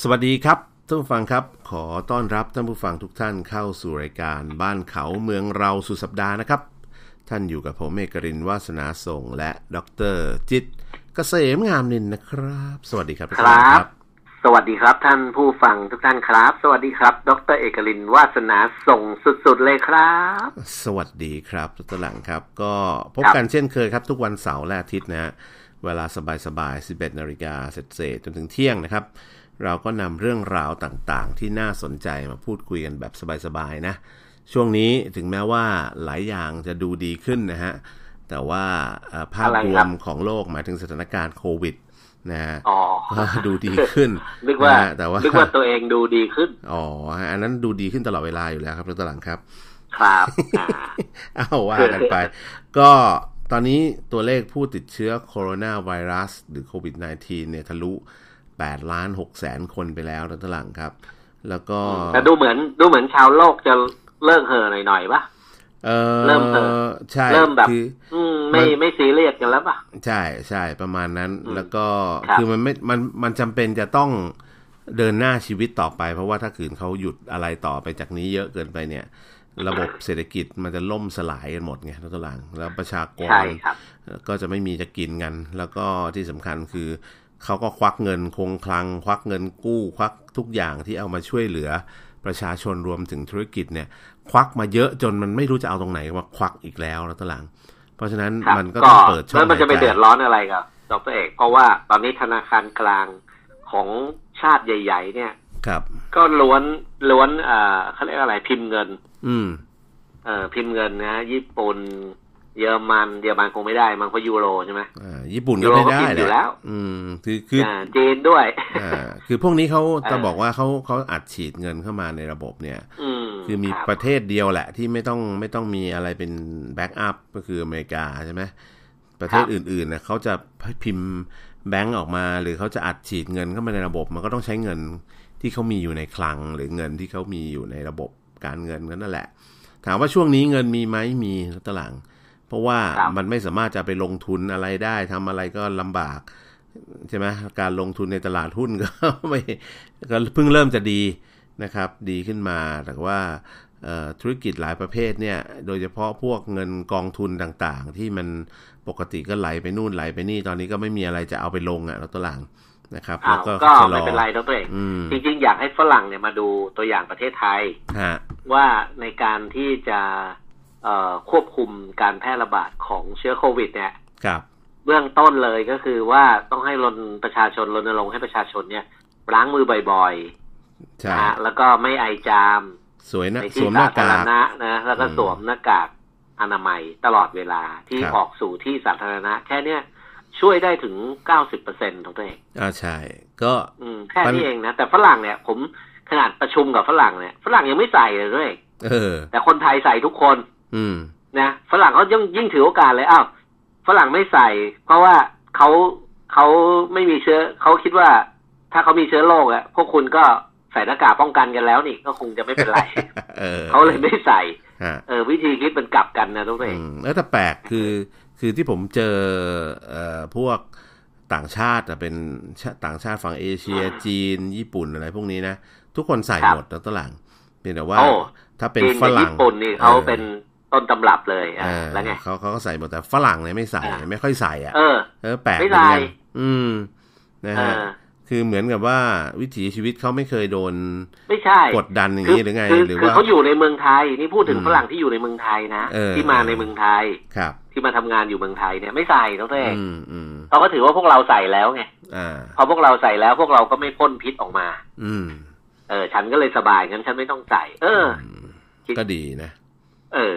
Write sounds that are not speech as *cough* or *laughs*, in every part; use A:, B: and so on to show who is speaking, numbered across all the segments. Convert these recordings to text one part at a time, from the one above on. A: สวัสดีครับท่านผู้ฟังครับ ขอต้อนรับท่านผู้ฟังทุกท่านเข้าสู่รายการบ้านเขาเมืองเราสุดสัปดาห์นะครับ ท่านอยู่กับผมเอกรินทร์วาสนาส่งและดรจิตรเกษมงามนินนะครับ สวัสดีครับพี่
B: ค
A: ก
B: รั
A: น
B: บ สวัสดีครับท่านผู้ฟังทุกท่านครับ สวัสดีครับ ดรเอกลินวาสนาส่งสุดๆเลยครับ
A: สวัสดีครับทุกท่านหลังครับ ก็พบ
B: ครับ
A: กันเช่นเคยครับ ทุกวันเสาร์และอาทิตย์นะฮะเวลาสบายๆ 11นาฬิกาเศษๆจนถึงเที่ยงนะครับ เราก็นำเรื่องราวต่างๆ ที่น่าสนใจมาพูดคุยกันแบบสบายๆนะ ช่วงนี้ถึงแม้ว่าหลายอย่างจะดูดีขึ้นนะฮะ แต่ว่าเอ่อภาพ
B: อะไร
A: ร
B: ครับ
A: วมของโลกหมายถึงสถานการณ์โควิดนะฮะ
B: อ๋อ
A: ก็ดูดีขึ้น
B: นึกว่า
A: ะฮะแต่ว่า
B: นึกว่าตัวเองดูดีขึ้น
A: อ๋อฮะอันนั้นดูดีขึ้นตลอดเวลาอยู่แล้วครับดรหลังครับ
B: ครับอ่า
A: เอาว่ากันไป ก็ตอนนี้ตัวเลขผู้ติดเชื้อโคโรนาไวรัส หรือโควิด -19 เนี่ยทะลุ8ล้าน6แสนคนไปแล้วนะตลังครับ แล้วก็
B: แต่ดูเหมือนดูเหมือนชาวโลกจะเลิกเห่อหน่อยๆปะ
A: เออ
B: เริ่มเถอะ
A: ใช่
B: เริ่มแบบ
A: คือ
B: อืมไม่
A: มัน
B: ไม่ซีเรียสกันแล้วปะ
A: ใช่ใช่ประมาณนั้น
B: อืม
A: แล้วก็
B: ครับ
A: คือมันไม่มันมันจำเป็นจะต้องเดินหน้าชีวิตต่อไป เพราะว่าถ้าคืนเขาหยุดอะไรต่อไปจากนี้เยอะเกินไปเนี่ย ระบบเศรษฐกิจมันจะล่มสลายกันหมดไงทุกหลังแล้วประชากร
B: ใช่ครับ
A: ก็จะไม่มีจะกินกัน แล้วก็ที่สำคัญคือเขาก็ควักเงินคงคลัง ควักเงินกู้ควักทุกอย่างที่เอามาช่วยเหลือประชาชนรวมถึงธุรกิจเนี่ย ควักมาเยอะจนมันไม่รู้จะเอาตรงไหนมาควักอีกแล้วนะตหลัง เพราะฉะนั้น
B: ครับ
A: มันก็ต้องเปิดช่อง
B: แล้วมันจะไป
A: หายใจ
B: เดือดร้อนอะไรกับดรเอกเพราะว่าตอนนี้ธนาคารกลางของชาติใหญ่ ๆ เนี่ย
A: ครับ
B: ก็ล้วนล้วนอ่าเขาเรียกอะไรพิมพ์เงิน
A: อืม
B: เอ่อพิมพ์เงินนะญี่ปุ่น เยอรมันเยอรมันคงไม่ได้ มันก็ยูโรใช่ไหม
A: อ่า ญี่ปุ่นก็ไม่ได้
B: ยูโรก็ผิดอยู่แล้ว
A: อืม คือคือ
B: อ่าจีนด้วย *laughs*
A: อ่า คือพวกนี้เขาจะ
B: อ่า
A: บอกว่าเขาเขาอัดฉีดเงินเข้ามาในระบบเนี่ย
B: อืม
A: คือมี
B: รับ
A: ประเทศเดียวแหละที่ไม่ต้องไม่ต้องมีอะไรเป็นแบ็กอัพก็คืออเมริกาใช่ไหมประเทศอื่นๆนะเขาจะพิมพ์แบงก์ออกมา หรือเขาจะอัดฉีดเงินเข้ามาในระบบ มันก็ต้องใช้เงินที่เขามีอยู่ในคลัง หรือเงินที่เขามีอยู่ในระบบการเงินก็นั่นแหละ ถามว่าช่วงนี้เงินมีไหมมีตะหลัง เพราะว่ามันไม่สามารถจะไปลงทุนอะไรได้ทำอะไรก็ลำบาก ใช่ไหมการลงทุนในตลาดหุ้นก็ ไม่ก็เพิ่งเริ่มจะดีนะครับ ดีขึ้นมาแต่ว่าเอ่อธุรกิจหลายประเภทเนี่ย โดยเฉพาะพวกเงินกองทุนต่างๆ ที่มันปกติก็ไหลไปนู่นไหลไปนี่ตอนนี้ก็ไม่มีอะไรจะเอาไปลงอะ่ะแล้วตัวหลังนะครับแล้
B: อ้า
A: ว วก็
B: ก็
A: ชะล
B: ไม่
A: อ
B: เป็นไรดรเอก
A: อืม
B: จริงๆ อยากให้ฝรั่งเนี่ยมาดูตัวอย่างประเทศไทย
A: ฮะ
B: ว่าในการที่จะเอ่อควบคุมการแพร่ระบาดของเชื้อโควิด เนี่ย
A: ครับ
B: เบื้องต้นเลยก็คือว่าต้องให้รณประชาชนรณรงค์ให้ประชาชนเนี่ยล้างมือบ่อยๆ
A: ใช่
B: นะฮะแล้วก็ไม่ไอจาม
A: สวยนะ
B: ใน
A: ส
B: ที่
A: วมห
B: สา
A: น้ากา
B: ธาร
A: ก
B: ณะนะแล้วก็
A: อืม
B: สวมหน้ากากอนามัยตลอดเวลาที่
A: ครับ
B: ออกสู่ที่สาธารณะ แค่เนี้ยช่วยได้ถึงเก้าสิบเปอร์เซ็นของตัวเอง
A: อ่าใช่ ก็
B: อืมแค่
A: มั
B: นี้
A: น
B: เองนะ แต่ฝรั่งเนี่ย ผมขนาดประชุมกับฝรั่งเนี่ยฝรั่งยังไม่ใส่เลยด้วย
A: เออ
B: แต่คนไทยใส่ทุกคน
A: อืม
B: นะฝรั่งเขายิ่งยิ่งถือโอกาสเลยอ้าวฝรั่งไม่ใส่ เพราะว่าเขาเขาไม่มีเชื้อเขาคิดว่า ถ้าเขามีเชื้อโรคอะพวกคุณก็ใส่หน้ากากป้องกันกันแล้วนี่ก็คงจะไม่เป็นไร
A: *laughs* เออ
B: เขาเลยไม่ใส่
A: ฮะ
B: เออวิธีคิดมันกลับกันนะทุกเอง
A: อืมแล้วแต่แปลกคือคือที่ผมเจอเอ่อพวกต่างชาติอะเป็นชาต่างชาติฝั่งเอเชียจีน ญี่ปุ่นอะไรพวกนี้นะ ทุกคนใส่หมดแล้วตหลังเพียงแต่ว่า
B: โอ้
A: ถ้าเป็น
B: จีน
A: ฝ
B: กับ
A: รั่ง
B: ญี่ปุ่นนี่เขาเป็น
A: ออ
B: ต้นตำรับเลยอ่ะ
A: เออ
B: แล้วไง
A: เขาเขาก็ใส่หมดแต่ฝรั่งเนี่ยไม่ใส่
B: อ่า
A: ไม่ค่อยใส่อ่ะ
B: เออ
A: เออแปลก
B: ไม่
A: เหมือนกั
B: ใส่
A: นอืมนะ
B: เอ
A: ฮะ
B: อ
A: คือเหมือนกับว่าวิถีชีวิตเขาไม่เคยโดน
B: ไม่ใช่
A: กดดันอย่าง
B: คื
A: นี้หรือไง
B: คือ
A: หรือ
B: คือ
A: ว่า
B: เขาอยู่ในเมืองไทยนี่พูดถึง
A: อืม
B: ฝรั่งที่อยู่ในเมืองไทยนะ
A: เออ
B: ที่มาในเมืองไทย
A: ครับ
B: ที่มาทำงานอยู่เมืองไทยเนี่ยไม่ใส่ทุกเอง
A: อืมอืม
B: เขาก็ถือว่าพวกเราใส่แล้วไง
A: อ่า
B: พอพวกเราใส่แล้วพวกเราก็ไม่พ่นพิษออกมา
A: อืม
B: เออ ฉันก็เลยสบายงั้นฉันไม่ต้องใส่ เออ
A: มก็ดีนะ
B: เออ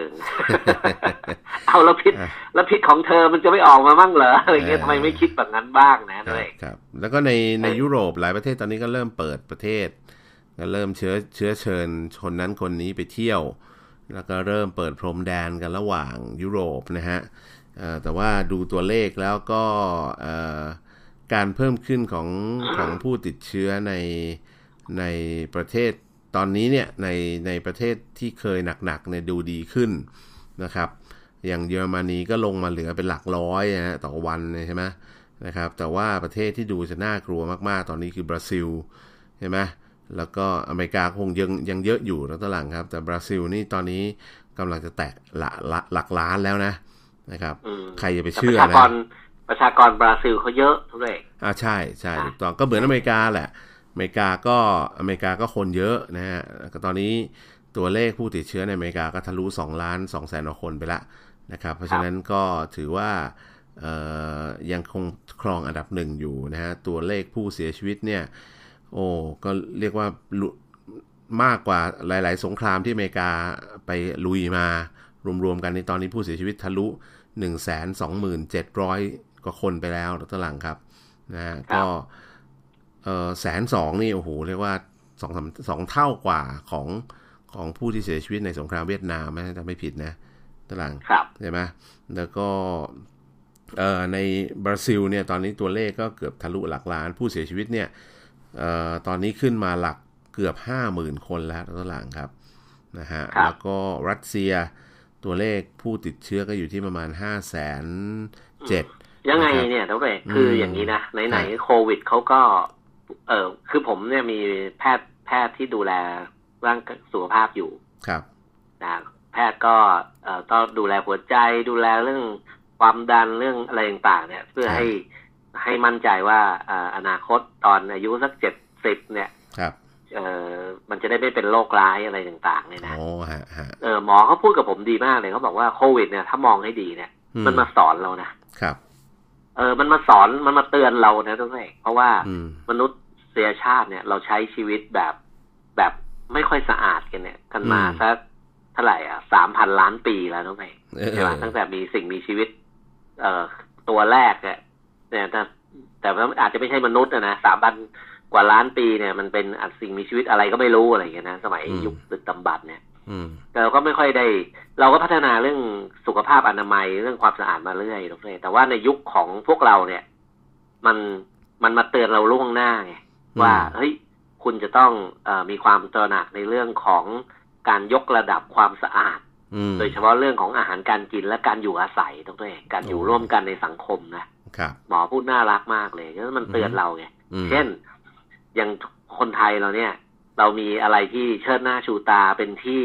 B: เอาแล้ว
A: *laughs*
B: พิษ แล้วพิษของเธอมันจะไม่ออกมามั่งเหรออะไรเงี้ย
A: เออ
B: ทำไมไม่คิดแบบนั้นบ้างนะ
A: ค
B: ด้
A: รั
B: ว
A: บ
B: ย
A: ครับแล้วก็ในใน
B: เออ
A: ยุโรปหลายประเทศตอนนี้ก็เริ่มเปิดประเทศ ก็เริ่มเชื้อเชื้อเชิญคนนั้นคนนี้ไปเที่ยว แล้วก็เริ่มเปิดพรมแดนกันระหว่างยุโรปนะฮะเอ่อแต่ว่าดูตัวเลขแล้วก็เอ่อการเพิ่มขึ้นของของผู้ติดเชื้อในในประเทศตอนนี้เนี่ยในในประเทศที่เคยหนักๆเนี่ยดูดีขึ้นนะครับ อย่างเยอรมนีก็ลงมาเหลือเป็นหลักร้อยนะฮะต่อวันเนี่ยใช่ไหมนะครับ แต่ว่าประเทศที่ดูจะน่ากลัวมากๆ ตอนนี้คือบราซิล ใช่ไหมแล้วก็อเมริกาคงยังยังเยอะอยู่นะตอนหลังครับ แต่บราซิลนี่ตอนนี้กำลังจะแตะหละละหลักล้านแล้วนะนะครับ
B: อืม
A: ใครจะไป
B: แต่
A: เชื่
B: ป
A: อ
B: ระชาก
A: นะ
B: รประชากรบราซิลเขาเยอะด้วย
A: อ่าใช่ใช่
B: ค่ะ
A: ถูกต้องก็เหมือนอเมริกาแหละ อเมริกาก็อเมริกาก็คนเยอะนะฮะก็ตอนนี้ตัวเลขผู้ติดเชื้อในอเมริกาก็ทะลุ2ล้าน2แสนกว่าคนไปละนะครับ เพราะฉะนั้นก็ถือว่าเอ่อยังคงครองอันดับหนึ่งอยู่นะฮะตัวเลขผู้เสียชีวิตเนี่ย โอ้ก็เรียกว่าลุมากกว่าหลาย ๆ สงครามที่อเมริกาไปลุยมารวม ๆ กันในตอนนี้ผู้เสียชีวิตทะลุ 1 2 7 0 0 กว่าคนไปแล้วดรหลังครับนะฮะ
B: ครับ
A: ก็เออแสนสองนี่โอ้โหเรียกว่าสองสามสองเท่ากว่าของของผู้ที่เสียชีวิตในสงครามเวียดนามนะถ้าจำไม่ผิดนะดรหลัง
B: ครับ
A: ใช่ไหมแล้วก็เอ่อในบราซิลเนี่ยตอนนี้ตัวเลขก็เกือบทะลุหลักล้านผู้เสียชีวิตเนี่ยเอ่อตอนนี้ขึ้นมาหลักเกือบ 50,000 คนแล้วตัวหลังครับนะฮะ
B: ครับ
A: แล้วก็รัสเซียตัวเลขผู้ติดเชื้อก็อยู่ที่ประมาณ 5 0 0 0 0 0
B: ยังไง
A: นะครับ
B: เนี่ยทั้งเอก
A: อืม
B: คืออย่างนี้นะ ไหน
A: ครับ
B: ๆโควิดเขาก็ เออคือผมเนี่ยมีแพทย์แพทย์ที่ดูแลร่างสุขภาพอยู่
A: ครับ
B: นะแพทย์ก็เอ่อต้องดูแลหัวใจดูแลเรื่องความดันเรื่องอะไรต่างๆเนี่ย เพื่อ
A: ครับ
B: ให้ให้มั่นใจว่าเอ่ออนาคตตอนอายุสักเจ็ดสิบเนี่ย
A: ครับ
B: เออมันจะได้ไม่เป็นโรคร้ายอะไรต่างๆเนี่ยนะ
A: โอ้ฮะฮะ
B: เออหมอเขาพูดกับผมดีมากเลยเขาบอกว่าโควิดเนี่ยถ้ามองให้ดีเนี่ย
A: อื
B: มันมาสอนเรานะครับ เออมันมาสอนมันมาเตือนเรานะทุกท่านเพราะว่า
A: อืม
B: มนุษยชาติเนี่ย เราใช้ชีวิตแบบแบบไม่ค่อยสะอาดกันเนี่ย กันมาสักเท่าไหร่อ่ะสามพันล้านปีแล้วน้องเมย์
A: เออ
B: ใช่ไหมตั้งแต่มีสิ่งมีชีวิต เอ่อตัวแรกเนี่ยเนี่ยแต่แต่ว่าอาจจะไม่ใช่มนุษย์นะนะสามพันกว่าล้านปีเนี่ย มันเป็นอันสิ่งมีชีวิตอะไรก็ไม่รู้อะไรอย่างเงี้ยนะสมัยยุคดึกดำบรรพ์เนี่ย
A: อืม
B: แต่เราก็ไม่ค่อยได้ เราก็พัฒนาเรื่องสุขภาพอนามัยเรื่องความสะอาดมาเรื่อยๆแต่ว่าในยุคของพวกเราเนี่ย มันมันมาเตือนเราล่วงหน้าไงว่าเฮ้ยคุณจะต้องเออมีความตระหนักในเรื่องของการยกระดับความสะอาด
A: อืม
B: โดยเฉพาะเรื่องของอาหารการกินและการอยู่อาศัยตรงตัวเองการอยู่ร่วมกันในสังคมนะครับ หมอพูดน่ารักมากเลยก็มันเตือนเราไง
A: อืม
B: เช่นอย่างคนไทยเราเนี่ย เรามีอะไรที่เชิดหน้าชูตาเป็นที่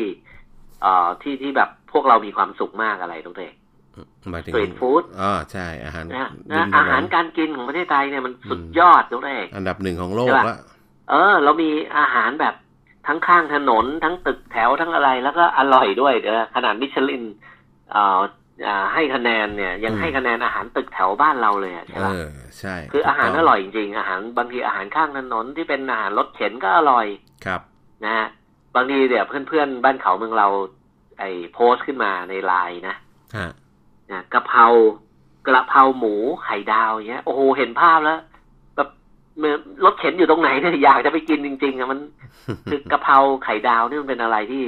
B: เอ่อที่ที่แบบพวกเรามีความสุขมากอะไรทุกเด็ก
A: หมายถึง
B: Street food
A: อ๋อใช่อาหาร
B: นะ
A: ริ
B: นะ
A: มถนน
B: อาหารการกินของประเทศไทยเนี่ยมันสุด
A: อืม
B: ยอดทุกเด็ก
A: อันดับหนึ่งของโลก
B: ใช่ปะ
A: ละ
B: เออ เรามีอาหารแบบทั้งข้างถนน ทั้งตึกแถวทั้งอะไร แล้วก็อร่อยด้วยเออขนาดมิชลินเอ่อเอ่อให้คะแนนเนี่ย ยัง
A: อืม
B: ให้คะแนนอาหารตึกแถวบ้านเราเลยอะใช่
A: เอ
B: ปะ
A: อใช่
B: คืออาหาร
A: ถูก
B: อ
A: ต้ง
B: ร่อยจริงๆอาหารบางทีอาหารข้างถนนที่เป็นอาหารรถเข็นก็อร่อย
A: ครับ
B: นะฮะบางทีเดี๋ยวเพื่อนๆ บ้านเขาเมืองเรา ไอ้โพสต์ขึ้นมาในไลน์นะ
A: ฮะ
B: นะกะเพรากระเพราหมูไข่ดาวอย่างเงี้ย โอ้โหเห็นภาพแล้วแบบเหมือนรถเข็นอยู่ตรงไหนเนี่ย *laughs* อยากจะไปกินจริงๆอะมัน คือกะเพราไข่ดาวนี่มันเป็นอะไรที่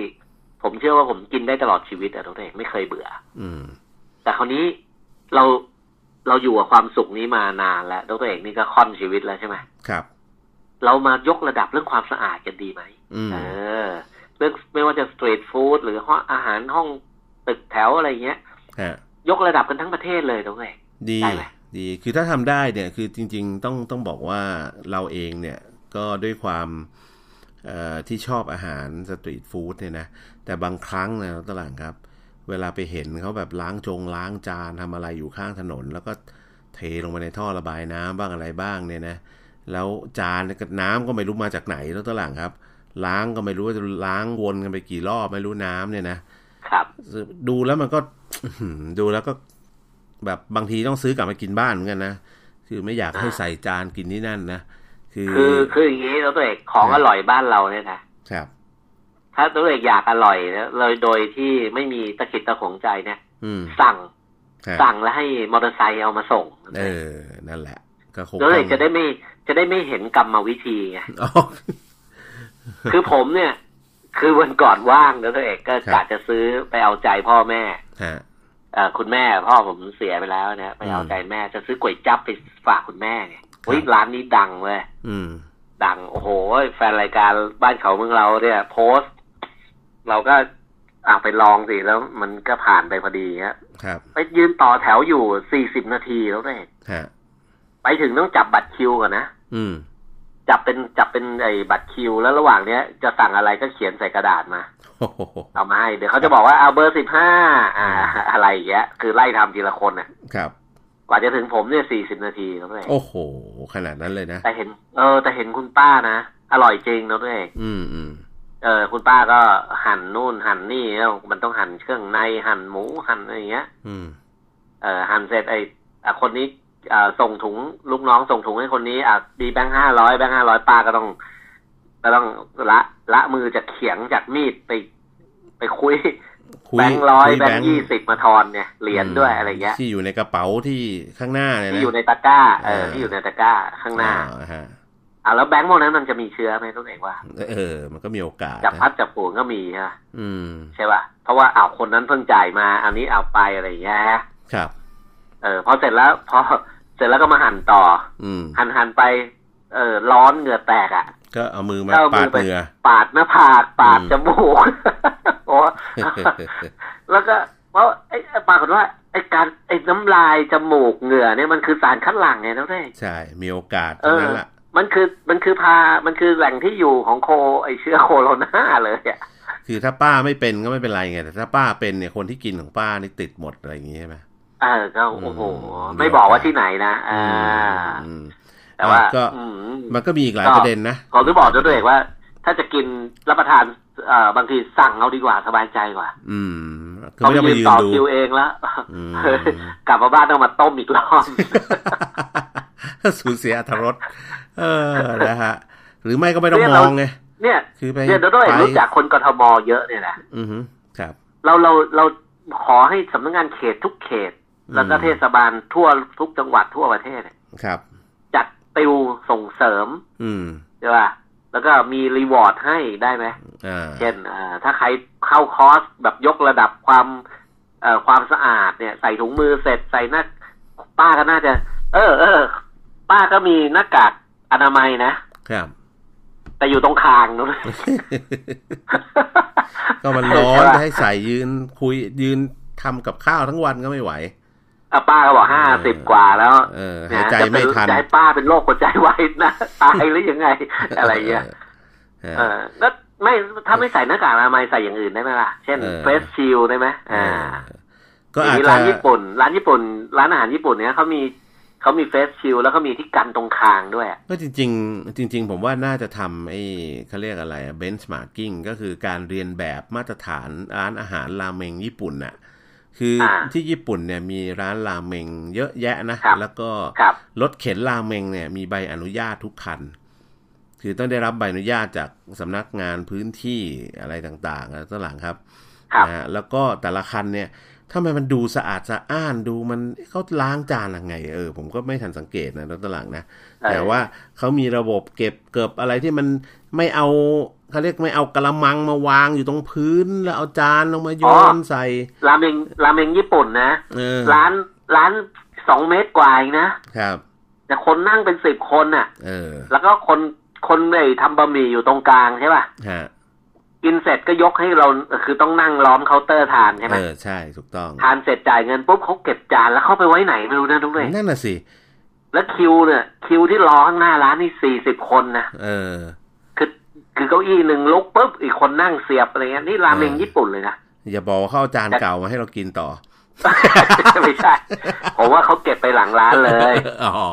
B: ผมเชื่อว่าผมกินได้ตลอดชีวิตอะทุกท่านไม่เคยเบื่อ
A: อืม
B: แต่คราวนี้เราเราอยู่กับความสุขนี้มานานแล้วดรเอกนี่ก็ค่อนชีวิตแล้วใช่ไหม
A: ครับ
B: เรามายกระดับเรื่องความสะอาดกันดีไหม
A: อืม
B: เออเรื่องไม่ว่าจะสตรีทฟู้ดหรือห้องอาหารห้องตึกแถวอะไรเงี้ย
A: ฮะ
B: ยกระดับกันทั้งประเทศเลยตรงไหน
A: ดี
B: ได้ไหม
A: ดีคือถ้าทำได้เนี่ยคือจริง ๆ ต้องต้องบอกว่าเราเองเนี่ยก็ด้วยความเอ่อที่ชอบอาหารสตรีทฟู้ดเนี่ยนะแต่บางครั้งนะตลาดครับ เวลาไปเห็นเขาแบบล้างจงล้างจานทำอะไรอยู่ข้างถนน แล้วก็เทลงไปในท่อระบายน้ำบ้างอะไรบ้างเนี่ยนะแล้วจานกับน้ำก็ไม่รู้มาจากไหนแล้วตลาดครับ ล้างก็ไม่รู้ว่าจะล้างวนกันไปกี่รอบไม่รู้น้ำเนี่ยนะ
B: ครับ
A: ดูแล้วมันก็ *laughs* อื้อหือดูแล้วก็แบบบางทีต้องซื้อกลับมากินบ้านเหมือนกันนะ คือไม่อยากให้
B: อ่า
A: ใส่จานกินที่นั่นนะ คือ
B: คือคืออย่างนี้ตัวเอกของอร่อยบ้านเราเนี่ยนะครับ ถ้าตัวเอกอยากอร่อยนะเลยโดยที่ไม่มีตะขิดตะขวงใจเนี่ย
A: อืม
B: สั่ง
A: ฮะ
B: สั่งแล้วให้มอเตอร์ไซค์เอามาส่ง
A: เออ นั่นแหละ ก็คง
B: ตัวเอก
A: ต้อง
B: จะได้ไม่จะได้ไม่เห็นกรรมวิธี
A: *laughs*
B: ไง
A: อ๋อ
B: คือผมเนี่ย คือวันก่อนว่างนะตัวเอกก็
A: ครับ
B: กะจะซื้อไปเอาใจพ่อแม่
A: ฮะ
B: เอ่อคุณแม่พ่อผมเสียไปแล้วนะไปเอา
A: อืม
B: ใจแม่จะซื้อก๋วยจั๊บไปฝากคุณแม่ไงเฮ้ย
A: ครับ
B: ร้านนี้ดังเว้ย
A: อืม
B: ดังโอ้โห แฟนรายการบ้านเขาเมืองเราเนี่ย โพสต์ เราก็อ่ะไปลองสิแล้วมันก็ผ่านไปพอดีฮะ
A: ครับ
B: ไปยืนต่อแถวอยู่สี่สิบนาทีแล้วเนี่ย
A: ฮะ
B: ไปถึงต้องจับบัตรคิวก่อนนะ
A: อืม *laughs*
B: จับเป็นจับเป็นไอ้บัตรคิว แล้วระหว่างเนี้ยจะสั่งอะไรก็เขียนใส่กระดาษมา
A: โอ้โห
B: เอามาให้เดี๋ยวเขาจะบอกว่าเอาเบอร์สิบห้าอ่า อะไรอย่างเงี้ยคือไล่ทำทีละคนอ่ะ
A: ครับ
B: กว่าจะถึงผมเนี่ยสี่สิบนาทีน้องเอก
A: โอ้โห ขนาดนั้นเลยนะ
B: แต่เห็น เออ แต่เห็นคุณป้านะ อร่อยจริงน้องเอก
A: อืมอืม
B: เออ คุณป้าก็หั่นนู่นหั่นนี่แล้วมันต้องหั่นเครื่องในหั่นหมูหั่นอะไรอย่างเงี้ย
A: อืม
B: เอ่อหั่นเสร็จไอ้อ่ะคนนี้อ่าส่งถุงลูกน้องส่งถุงให้คนนี้อ่ะมีแบงค์ห้าร้อยแบงค์ห้าร้อยป้าก็ต้องก็ต้องละละมือจากเขียงจากมีดไป ไปคุย
A: คุย
B: แบงค์ร้อย
A: คุ
B: แบงค์ยี่สิบมาทอนเนี่ยเหรียญด้วยอะไรเงี้ย
A: ที่อยู่ในกระเป๋าที่ข้างหน้าเนี่ยนะ
B: ที่อยู่ในตะกร้าเออ
A: เออ
B: ที่อยู่ในตะกร้าข้างหน้า
A: อ่ฮะ
B: อ่ะแล้วแบงค์พวกนั้นมันจะมีเชื้อไหมต้นเอกว่า
A: เออ มันก็มีโอกาส
B: จับ
A: นะ
B: พัดจับผูงก็มีใช่ปะ
A: อืม
B: ใช่ป่ะเพราะว่าอ้าวคนนั้นเพิ่งจ่ายมา อันนี้เอาไปอะไรเงี้ยฮะ
A: ครับ
B: เออพอเสร็จแล้ว *laughs* พอเสร็จแล้วก็มาหั่นต่อ
A: อืม
B: หันหันไป เออร้อนเหงื่อแตกอะ่ะ
A: ก็เอามือมา
B: เอามื
A: ปา
B: อ
A: ด
B: ไป
A: เห
B: *laughs*
A: งื่อ
B: ปาดหน้าผากปาด
A: อืม
B: จมูก *laughs* โอ้ *laughs* แล้วก็เพราะไอ้ปรากฏว่าไอ้การไอ้น้ำลายจมูกเหงื่อเนี่ยมันคือสารคัดหลั่งไงน้องเต้
A: ใช่ มีโอกาส
B: เอ
A: เท่า
B: อ
A: นั้นล่ะ
B: มันคือมันคือพา มันคือแหล่งที่อยู่ของโคไอเชื้อโคโรนาเลยอ่ะ
A: คือถ้าป้าไม่เป็นก็ไม่เป็นไรไง แต่ถ้าป้าเป็นเนี่ยคนที่กินของป้านี่ติดหมดอะไรอย่างงี้ใช่ไหม
B: เออก็โอ้โห
A: อืม
B: ไม่บอกว่าที่ไหนนะอ่า
A: อืม
B: แต่ว่า
A: อ่ะก็
B: อืม
A: มันก็มีอีกหลาย
B: ก็
A: ประเด็นนะ
B: ขอที่บอกเจ้าตัวเองว่า ถ้าจะกินรับประทานเอ่อบางทีสั่งเอาดีกว่าสบายใจกว่า
A: อืม ก็
B: เขา
A: ไม่
B: ไป
A: ต้องไปยื
B: ยืน
A: น
B: ต่อ
A: ดู
B: คิวเองแล้ว
A: อืม
B: กลับมาบ้านต้องมาต้มอีกรอบ
A: *laughs* สูญเสียอรรถรสเออ นะฮะ หรือไม่ก็ไม่ต้อง
B: เนี่ย
A: ม
B: เรา
A: องไง
B: เนี่ย
A: คือไป
B: เนี่ยเราด้วย
A: ไป
B: รู้จักคนกทมเยอะเนี่ยนะ
A: อือฮึครับ
B: เราเราเราขอให้สำนักงานเขตทุกเขต
A: อืม
B: แล้วก็เทศบาลทั่วทุกจังหวัดทั่วประเทศเนี่ย
A: ครับ
B: จัดติวส่งเสริม
A: อืม
B: ใช่ป่ะแล้วก็มีรีวอร์ดให้ได้ไหม
A: อ่า
B: เช่นเอ่อถ้าใครเข้าคอร์สแบบยกระดับความเอ่อความสะอาดเนี่ย ใส่ถุงมือเสร็จใส่หน้าป้าก็น่าจะ เออเออป้าก็มีหน้ากากอนามัยนะ
A: ครับ
B: แต่อยู่ตรงคางนู้น *laughs*
A: ก็มันร้อน
B: ใช่ปะ
A: จะให้ใส่ยืนคุยยืนทำกับข้าวทั้งวันก็ไม่ไหว
B: อ่ะป้าก็บอกห้าสิบกว่าแล้ว
A: เออหาย
B: นะ
A: ใจ
B: จะ
A: ไม่
B: เป็น
A: ทัน
B: จะให้ป้าเป็นโรคหัวใจวายนะ ตายหรือยังไง อะไรเงี้ย
A: เออ
B: เออแล้วไม่ถ้าไม่ใส่หน้ากากอนามัยใส่อย่างอื่นได้ไหมล่ะ เช่น
A: เออ
B: เฟสชิลได้ไหม
A: เออ
B: อ่า
A: ก็อาจ
B: ทีนี้
A: จะ
B: ร้านญี่ปุ่น ร้านญี่ปุ่น ร้านอาหารญี่ปุ่นเนี้ยเขามีเขามีเฟสชิลแล้วเขามีที่กันตรงคางด้วย
A: ก็จริง ๆ จริง ๆ ผมว่าน่าจะทำไอ้เขาเรียกอะไรเบนช์มาร์กิ้งก็คือการเรียนแบบมาตรฐานร้านอาหารราเมงญี่ปุ่นน่ะ คืออา ที่ญี่ปุ่นเนี่ยมีร้านราเมงเยอะแยะนะ
B: ครับ
A: แล้วก็
B: ครับ
A: รถเข็นราเมงเนี่ยมีใบอนุญาตทุกคัน คือต้องได้รับใบอนุญาตจากสำนักงานพื้นที่อะไรต่างๆนะต้นหลังครับ
B: ครับ
A: นะฮะแล้วก็แต่ละคันเนี่ยทำไมมันดูสะอาดสะอ้านดูมันเขาล้างจานยังไง เออ ผมก็ไม่ทันสังเกตนะตอนหลังนะ
B: เออ
A: แต่ว่าเขามีระบบเก็บเก็บอะไรที่มันไม่เอาเขาเรียกไม่เอากระมังมาวางอยู่ตรงพื้น แล้วเอาจานลงมาโยนใส่
B: ราเมงราเมงญี่ปุ่นนะ
A: เออ
B: ร้านร้านสองเมตรกว่าเองนะครับ แต่คนนั่งเป็นสิบคนน่ะ
A: เออ
B: แล้วก็คนคนไอ้ทำบะหมี่อยู่ตรงกลางใช่ป่ะ
A: ฮะ
B: กินเสร็จก็ยกให้เราคือต้องนั่งล้อมเคาน์เตอร์ทานใช่ไหม
A: เออใช่ถูกต้อง
B: ทานเสร็จจ่ายเงินปุ๊บเขาเก็บจานแล้วเข้าไปไว้ไหนไม่รู้นะทุกเลย
A: นั่นน่ะสิ
B: แล้วคิวเนี่ยคิวที่รอข้างหน้าร้านนี่สี่สิบคนนะ
A: เออ
B: คือคือเก้าอี้หนึ่งลุกปุ๊บอีกคนนั่งเสียบอะไรเงี้ยนี่ราเมง
A: เออ
B: ญี่ปุ่นเลยนะ
A: อย่าบอกว่าเขาเอาจาน
B: แต่
A: เก่ามาให้เรากินต่อ
B: ไม่ใช่ผมว่าเขาเก็บไปหลังร้านเลย
A: อ๋อ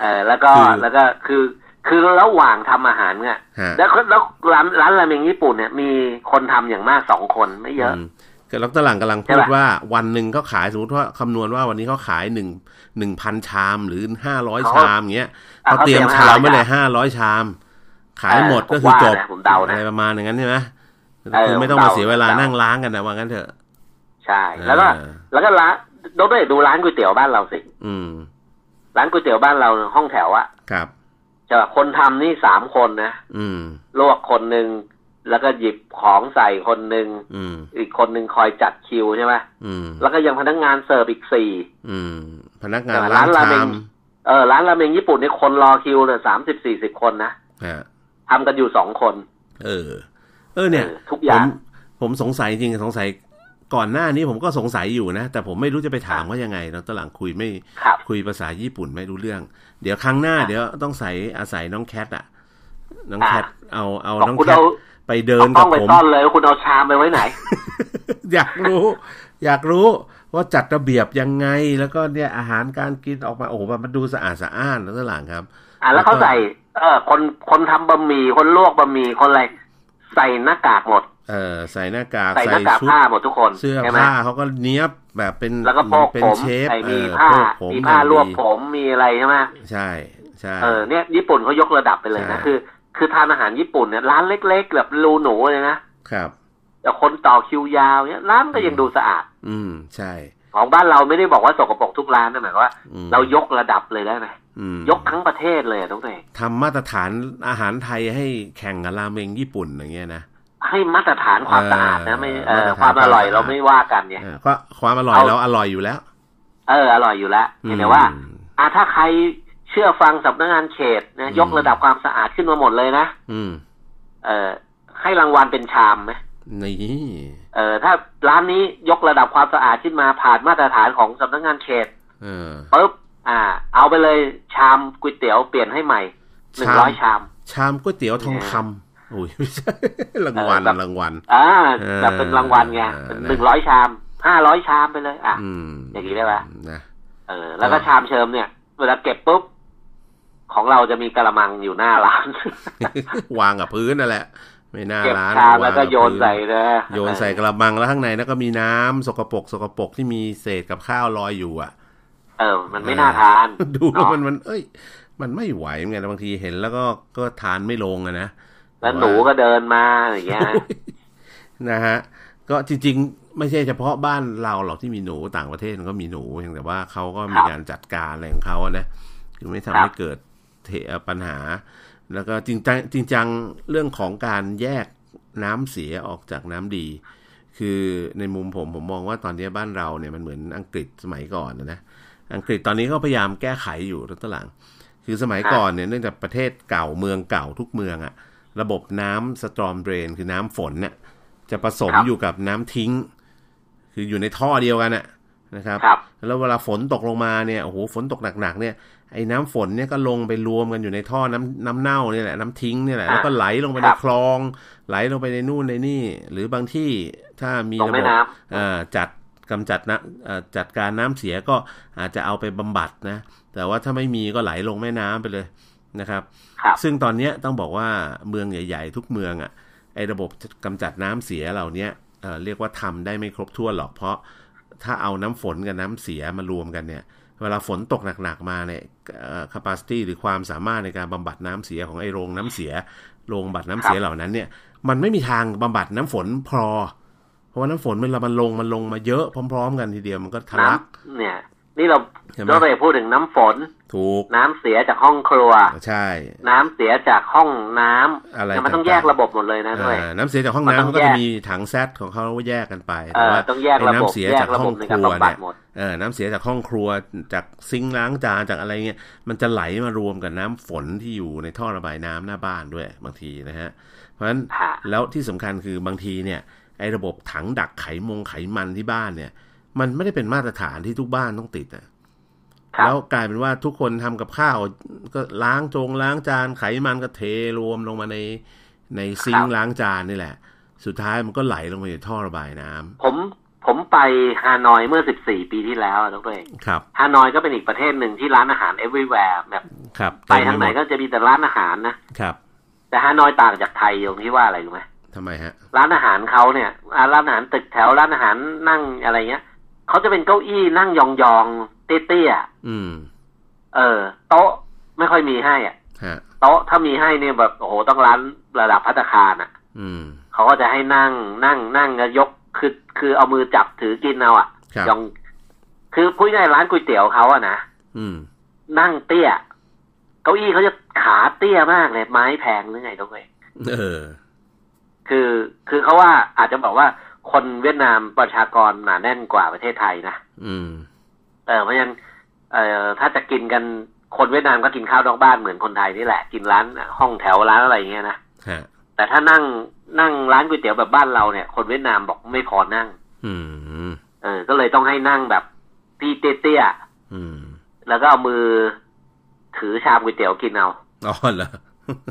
B: เออแล้วก็
A: คือ
B: แล้วก็คือคือระหว่างทำอาหารเนี่ย
A: ฮะ
B: แล้วก็แล้วร้านร้านราเมงญี่ปุ่นเนี่ยมีคนทำอย่างมากสองคนไม่เยอะ
A: มก็ดรหลังกำลัง
B: ใช่
A: พูด
B: ปะ
A: ว่าวันหนึ่งเขาขายสมมติว่าคำนวณว่าวันนี้เขาขายหนึ่งหนึ่งพันชามหรือห้าร้อยชามอย่างเงี้ย
B: อ่ะ
A: เขาเตรียม
B: ข
A: ชาม
B: 500
A: ไว้เลยห้าร้อยชาม ขายหมด
B: เออ
A: ก็คือจบ
B: ผมว่านะผมเดานะ
A: อะไรประมาณอย่างนั้นใช่ไหม
B: เออ
A: คือไม่ต้องมาเสียเวลา
B: ผมเดานั่
A: นั่งล้างกันนะว่างั้นเถอะ
B: ใช่ แล้วก็
A: เออ
B: แล้วก็ร้านดรเอกดูร้านก๋วยเตี๋ยวบ้านเราสิ
A: อืม
B: ร้านก๋วยเตี๋ยวบ้านเราห้องแถวอะ
A: ครับ
B: จะคนทำนี่สามคนนะ
A: อืม
B: ลวกคนหนึ่งแล้วก็หยิบของใส่คนหนึ่ง
A: อืม
B: อีกคนหนึ่งคอยจัดคิวใช่ไหม
A: อืม
B: แล้วก็ยังพนักงานเสิร์ฟอีกสี่
A: อืม พนักงาน
B: แต่
A: ล้า
B: ร้าง นรา
A: ชา
B: เมง
A: ม
B: เออร้านราเมงญี่ปุ่นนี่คนรอคิวเนี่ยสามสิบสี่สิบคนนะ
A: ฮะ
B: ทำกันอยู่สองคน
A: เออ เออเนี่ย
B: ออทุกอ
A: ผ
B: ย่าง
A: มผมสงสัยจริงสงสัยก่อนหน้านี้ผมก็สงสัยอยู่นะ แต่ผมไม่รู้จะไปถามว่ายังไงเราตอนหลังคุยไม่
B: ครับ
A: คุยภาษาญี่ปุ่นไม่รู้เรื่อง เดี๋ยวครั้งหน้า
B: ครับ
A: เดี๋ยวต้องใส่อาศัยน้องแคทอะ น้องแคทเอาเอา
B: บอก
A: น้อง
B: คุณ
A: แคท
B: เอา
A: ไปเดินกั
B: เอากล้อบ งไป
A: ผม
B: ซ่อนเลยว่าคุณเอาชามไปไว้ไหน
A: *laughs* อยากรู้ อยากรู้ว่าจัดระเบียบยังไง แล้วก็เนี่ยอาหารการกินออกมาโอ้โหมันดูสะอาดสะอ้านแล้วหลังครับ
B: อ่ะแล้วเขา
A: แล้วก็
B: ใส่ เออคนคนทำบะหมี่คนลวกบะหมี่คนอะไรใส่หน้ากากหมด
A: เออใส่หน้ากาก
B: ใส่หน้ากาก
A: ชุด
B: ผ้าหมดทุกคน
A: เสื้อ
B: ใช่ไหม
A: ผ้าเขาก็เนี้ยบแบบเป็น
B: แล้วก็โพก
A: เป็น
B: ผม
A: เชฟ
B: ใส่
A: เอ
B: มี
A: อ
B: ผ้า
A: โพกผม
B: มีผ้า
A: อย่ง
B: ลวก
A: ดี
B: ผมมีอะไรใช่ไหม
A: ใช่ใช่
B: เออเนี่ยญี่ปุ่นเขายกระดับไปเลยนะ
A: ใช่
B: คือ คือทานอาหารญี่ปุ่นเนี่ยร้านเล็กๆแบบรูหนูเลยนะครับ แต่คนต่อคิวยาวเนี่ยร้านก็ยังดูสะอาด
A: อืมใช่
B: ของบ้านเราไม่ได้บอกว่าสกปรกทุกร้านนะหมายความว่า
A: อืม
B: เรายกระดับเลยได้ไหม
A: อืม
B: ยกทั้งประเทศเลยต้องเอง
A: ทำมาตรฐานอาหารไทยให้แข่งกับราเมงญี่ปุ่นอย่างเงี้ยนะ
B: ให้มาตรฐานความสะอาดนะไม่เออ
A: มาตรฐาน
B: ความอร่อยเราไม่ว่ากันเนี่ย
A: เออก็ความอร่อย
B: เอา
A: เราอร่อยอยู่แล้ว
B: เอออร่อยอยู่แล้วเห็นแต่ว่า อ่าถ้าใครเชื่อฟังสำนักงานเขตนะยกระดับความสะอาดขึ้นมาหมดเลยนะ
A: อืม
B: เออให้รางวัลเป็นชามไหม
A: นี่
B: เออถ้าร้านนี้ยกระดับความสะอาดขึ้นมาผ่านมาตรฐานของสำนักงานเขต
A: เออ
B: ปุ๊บอ่า เอาไปเลยชามก๋วยเตี๋ยวเปลี่ยนให้ใหม่หนึ่งร้อยชาม
A: ชามก๋วยเตี๋ยวทองคำโอ้ยไม่ใช่ *laughs* รางวัล
B: เออแบบ
A: รางวัล
B: อ่า
A: เออ
B: แต่เป็นรางวัลไง
A: เออ
B: เป็นหนึ่งร้อยชามห้าร้อยชามไปเลย อ่ะ
A: อืม
B: อย่างนี้ได้ปะ
A: นะ *laughs*
B: เออแล้วก็
A: เออ
B: ชามเชิมเนี่ย เวลาเก็บปุ๊บ ของเราจะมีกระมังอยู่หน้าร้าน
A: วางกับพื้นนั่นแหละ ไม่น่า
B: เก็บ
A: ร้าน
B: ชามแล้
A: า
B: ว
A: ง
B: ก็
A: บ
B: โยน
A: พื้
B: ใส่นะ
A: โยนใส่กระมังแล้วข้างในนั้นก็มีน้ำสกปรกสกปรกที่มีเศษกับข้าวลอยอยู่อ่ะ
B: เออ มันไม่น่าทาน
A: *laughs* ดูแล้ว
B: เนาะ
A: มันมัน เอ้ย มันไม่ไหวเหมือนกันนะบางทีเห็นแล้วก็ก็ทานไม่ลงอะนะ
B: แล้วหนูก็เดินมาอย่างเงี้ยนะ
A: *laughs* นะฮะก็จริงๆ ไม่ใช่เฉพาะบ้านเราหรอกที่มีหนูต่างประเทศมันก็มีหนูเพียงแต่ว่าเขาก็มีการจัดการอะไรของเขาอะนะคือไม่ทำให้เกิดเทเอ่อปัญหา แล้วก็จริงจังจริงจังเรื่องของการแยกน้ำเสียออกจากน้ำดี คือในมุมผมผมมองว่าตอนนี้บ้านเราเนี่ยมันเหมือนอังกฤษสมัยก่อนนะนะอังกฤษตอนนี้ก็พยายามแก้ไขอยู่ตั้งหลัง คือสมัยก่อนเนี่ยเนื่องจากประเทศเก่าเมืองเก่าทุกเมืองอะระบบน้ำสตรอมเดรนคือน้ำฝนเนี่ยจะผสมอยู่กับน้ำทิ้ง คืออยู่ในท่อเดียวกันอะนะครับ
B: ครับ
A: แล้วเวลาฝนตกลงมาเนี่ยโอ้โหฝนตกหนักๆเนี่ยไอ้น้ำฝนเนี่ยก็ลงไปรวมกันอยู่ในท่อน้ำน้ำเน่าเนี่ยแหละน้ำทิ้งเนี่ยแหละ
B: อ่า
A: แล้วก็ไหลลงไปใน
B: ครับ
A: คลอง ไหลลงไปในนู่นในนี่ หรือบางที่ถ้ามี
B: ตรง
A: ระบ
B: แม่
A: บ
B: น้ำ
A: เอ่อจัดกำจัดน้ำเอ่อจัดการน้ำเสียก็อาจจะเอาไปบำบัดนะ แต่ว่าถ้าไม่มีก็ไหลลงแม่น้ำไปเลยนะครับ
B: ครับ
A: ซึ่งตอนเนี้ยต้องบอกว่าเมืองใหญ่ ๆ ทุกเมืองอะ่ะไอ้ระบบกำจัดน้ำเสียเหล่าเนี้ยเอ่อเรียกว่าทำได้ไม่ครบถ้วนหรอกเพราะถ้าเอาน้ำฝนกับน้ำเสียมารวมกันเนี่ย เวลาฝนตกหนักๆมาเนี่ยแคปซิตี้หรือความสามารถในการบำบัดน้ำเสียของไอ้โรงน้ำเสีย โรงบำบัดน้ำเสียเหล่านั้นเนี่ย มันไม่มีทางบำบัดน้ำฝนพอ เพราะว่าน้ำฝนมันละมันลงมันลงมาเยอะพร้อม ๆ กันทีเดียวมันก็ทะ
B: น้ำ
A: ลัก
B: เนี่ย นี่เรา
A: เห็นไหม
B: เราไปพูดถึงน้ำฝน
A: ถูก
B: น้ำเสียจากห้องครัว
A: ใช่
B: น้ำเสียจากห้องน้ำ
A: อะไร
B: เนี่ยมันต้อง
A: ต่างๆ
B: แยกระบบหมดเลยนะด้วย
A: อ่าน้ำเสียจากห้อง
B: มันต้
A: น้ำ
B: อง
A: เขาก็จะ
B: แยก
A: มีถังแซดของเขาแยกกันไป
B: เอ
A: แต่
B: อ
A: ว่า
B: ต้องแยก
A: ไอ้
B: ระบบ
A: น้ำเสีย
B: แย
A: จาก
B: กระ
A: ห้
B: บ
A: อบ ง
B: ใน
A: ค
B: การ
A: รัว
B: บำบั
A: เนี่
B: ด
A: ย
B: หมด
A: เออน้ำเสียจากห้องครัวจากซิงค์ล้างจานจากอะไรเงี้ยมันจะไหลมารวมกับน้ำฝนที่อยู่ในท่อระบายน้ำหน้าบ้านด้วยบางทีนะฮะเพราะฉะนั้น
B: ค่ะ
A: แล้วที่สำคัญคือบางทีเนี่ยไอ้ระบบถังดักไขมงไขมันที่บ้านเนี่ย มันไม่ได้เป็นมาตรฐานที่ทุกบ้านต้องติดอะ
B: ครับ
A: แล้วกลายเป็นว่าทุกคนทำกับข้าว ก็ล้างจงล้างจานไขมันก็เทรวมลงมาในในซิง
B: ครั
A: ค์
B: บ
A: ล้างจานนี่แหละ สุดท้ายมันก็ไหลลงไปในท่อระบายน้ำ
B: ผมผมไปฮานอยเมื่อ 14 ปีที่แล้วอะต้องเอง
A: ครับ
B: ฮานอยก็เป็นอีกประเทศหนึ่งที่ร้านอาหาร everywhere แบบ
A: ครับ
B: ไปทางไหนก็จะมีแต่ร้านอาหารนะ
A: ครับ
B: แต่ฮานอยต่างจากไทยตรงที่ว่าอะไรรู้ไหม
A: ทำไมฮะ
B: ร้านอาหารเขาเนี่ยอ่าร้านอาหารตึกแถวร้านอาหารนั่งอะไรเงี้ยเขาจะเป็นเก้าอี้นั่งยองๆเตี้ย
A: อืม
B: ๆเออ โต๊ะไม่ค่อยมีให้อะ
A: ฮะ
B: โต๊ะถ้ามีให้เนี่ยแบบโอ้โหต้องร้านระดับพัตตาคารอ่ะ
A: อืม
B: เขาก็จะให้นั่งนั่งนั่งแล้วยกคือคือเอามือจับถือกินเอาอ่ะ
A: ครับ
B: ยอง คือพูดง่ายๆร้านก๋วยเตี๋ยวเขาอะนะ
A: อืม
B: นั่งเตี้ย เก้าอี้เขาจะขาเตี้ยมากเลยไม้แพงหรือไงตรงเอง
A: เออ
B: คือคือเขาว่าอาจจะบอกว่าคนเวียดนามประชากรหนาแน่นกว่าประเทศไทยนะ
A: อืม
B: เออเพราะฉะนั้นเอ่อถ้าจะกินกันคนเวียดนามก็กินข้าวนอกบ้านเหมือนคนไทยนี่แหละ กินร้านห้องแถวร้านอะไรอย่างเงี้ยนะ
A: ฮะ
B: แต่ถ้านั่งนั่งร้านก๋วยเตี๋ยวแบบบ้านเราเนี่ย คนเวียดนามบอกไม่พอนั่ง
A: อืม
B: เออ ก็เลยต้องให้นั่งแบบพี่เตี้ย
A: อืม *laughs*
B: ๆแล้วก็เอามือถือชามก๋วยเตี๋ยวกินเอา
A: อ๋อเหรอ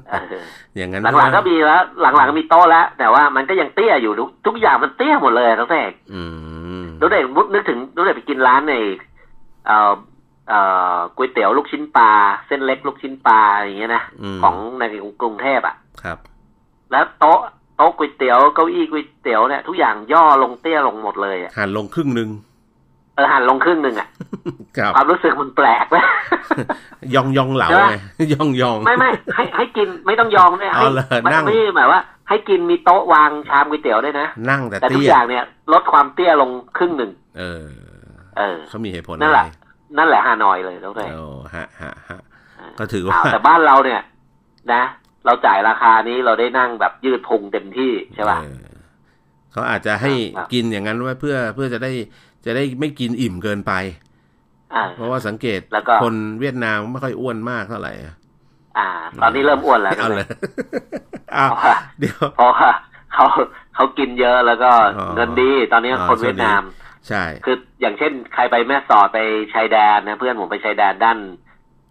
B: เออ
A: อย่างนั้น
B: หลังๆก็มีแล้ว หลังๆก็มีโต๊ะแล้ว แต่ว่ามันก็ยังเตี้ยอยู่ทุกทุกอย่างมันเตี้ยหมดเลยตั้งแต่
A: อืม
B: รถเด็กมุดนึกถึงรถเด็กไปกินร้านในเอ่อเอ่อก๋วยเตี๋ยวลูกชิ้นปลาเส้นเล็กลูกชิ้นปลาอย่างเงี้ยนะ
A: ม
B: ของในกรุงเทพอ่ะ
A: ครับ
B: แล้วโต๊ะโต๊ะก๋วยเตี๋ยวเก้าอี้ก๋วยเตี๋ยวเนี่ยทุกอย่างย่อลงเตี้ยลงหมดเลยอะ
A: หันลงครึ่งหนึ่ง
B: เออหันลงครึ่งหนึ่งอ่ะ
A: ครับ
B: ความรู้สึกมันแปลกไหม
A: ยองยองเหลาไง *laughs* ยองยอง
B: ไม่ไม่ให้ให้กินไม่ต้องยองด้วยให้
A: เอาเลย
B: ไม่
A: นั่ง
B: ไม่ได้หมายว่า ให้กินมีโต๊ะวางชามก๋วยเตี๋ยวด้วยนะ
A: นั่งแต่
B: แต่ทุก
A: เตี้ย
B: อย่างเนี่ย ลดความเตี้ยลงครึ่งหนึ่ง
A: เออ
B: เออ
A: เขามีเหตุผล
B: นั่
A: อะ
B: น
A: ไร
B: แหละ นั่นแหละฮานอยเลยแล้วเลย
A: โอ้ฮะฮะฮะ
B: อ่า
A: ก็ถือ
B: อ้า
A: ว่า
B: วแต่บ้านเราเนี่ย นะ เราจ่ายราคานี้เราได้นั่งแบบยืดพุงเต็มที่ใช่ป่ะ
A: เออเขาอาจจะให้
B: ครับ
A: กินอย่างนั้นไว้เพื่อเพื่อจะได้จะได้ไม่กินอิ่มเกินไป
B: อ่า
A: เพราะว่าสังเกต
B: แล้วก็
A: คนเวียดนามไม่ค่อยอ้วนมากเท่าไหร่อะ
B: อ่า ตอนนี้เริ่มอ้วนแล้ว
A: เอาเลย
B: เพ
A: อ้าว
B: ราะว่า
A: เดี๋ยว
B: เพราะว่าเขาเขากินเยอะแล้วก็
A: อ๋อ
B: เงินดีตอนนี้
A: อ๋อ
B: คน
A: ส่วนดี
B: เวียดนาม
A: ใช่
B: คืออย่างเช่น ใครไปแม่สอดไปชายแดนนะเพื่อนผมไปชายแดนด้าน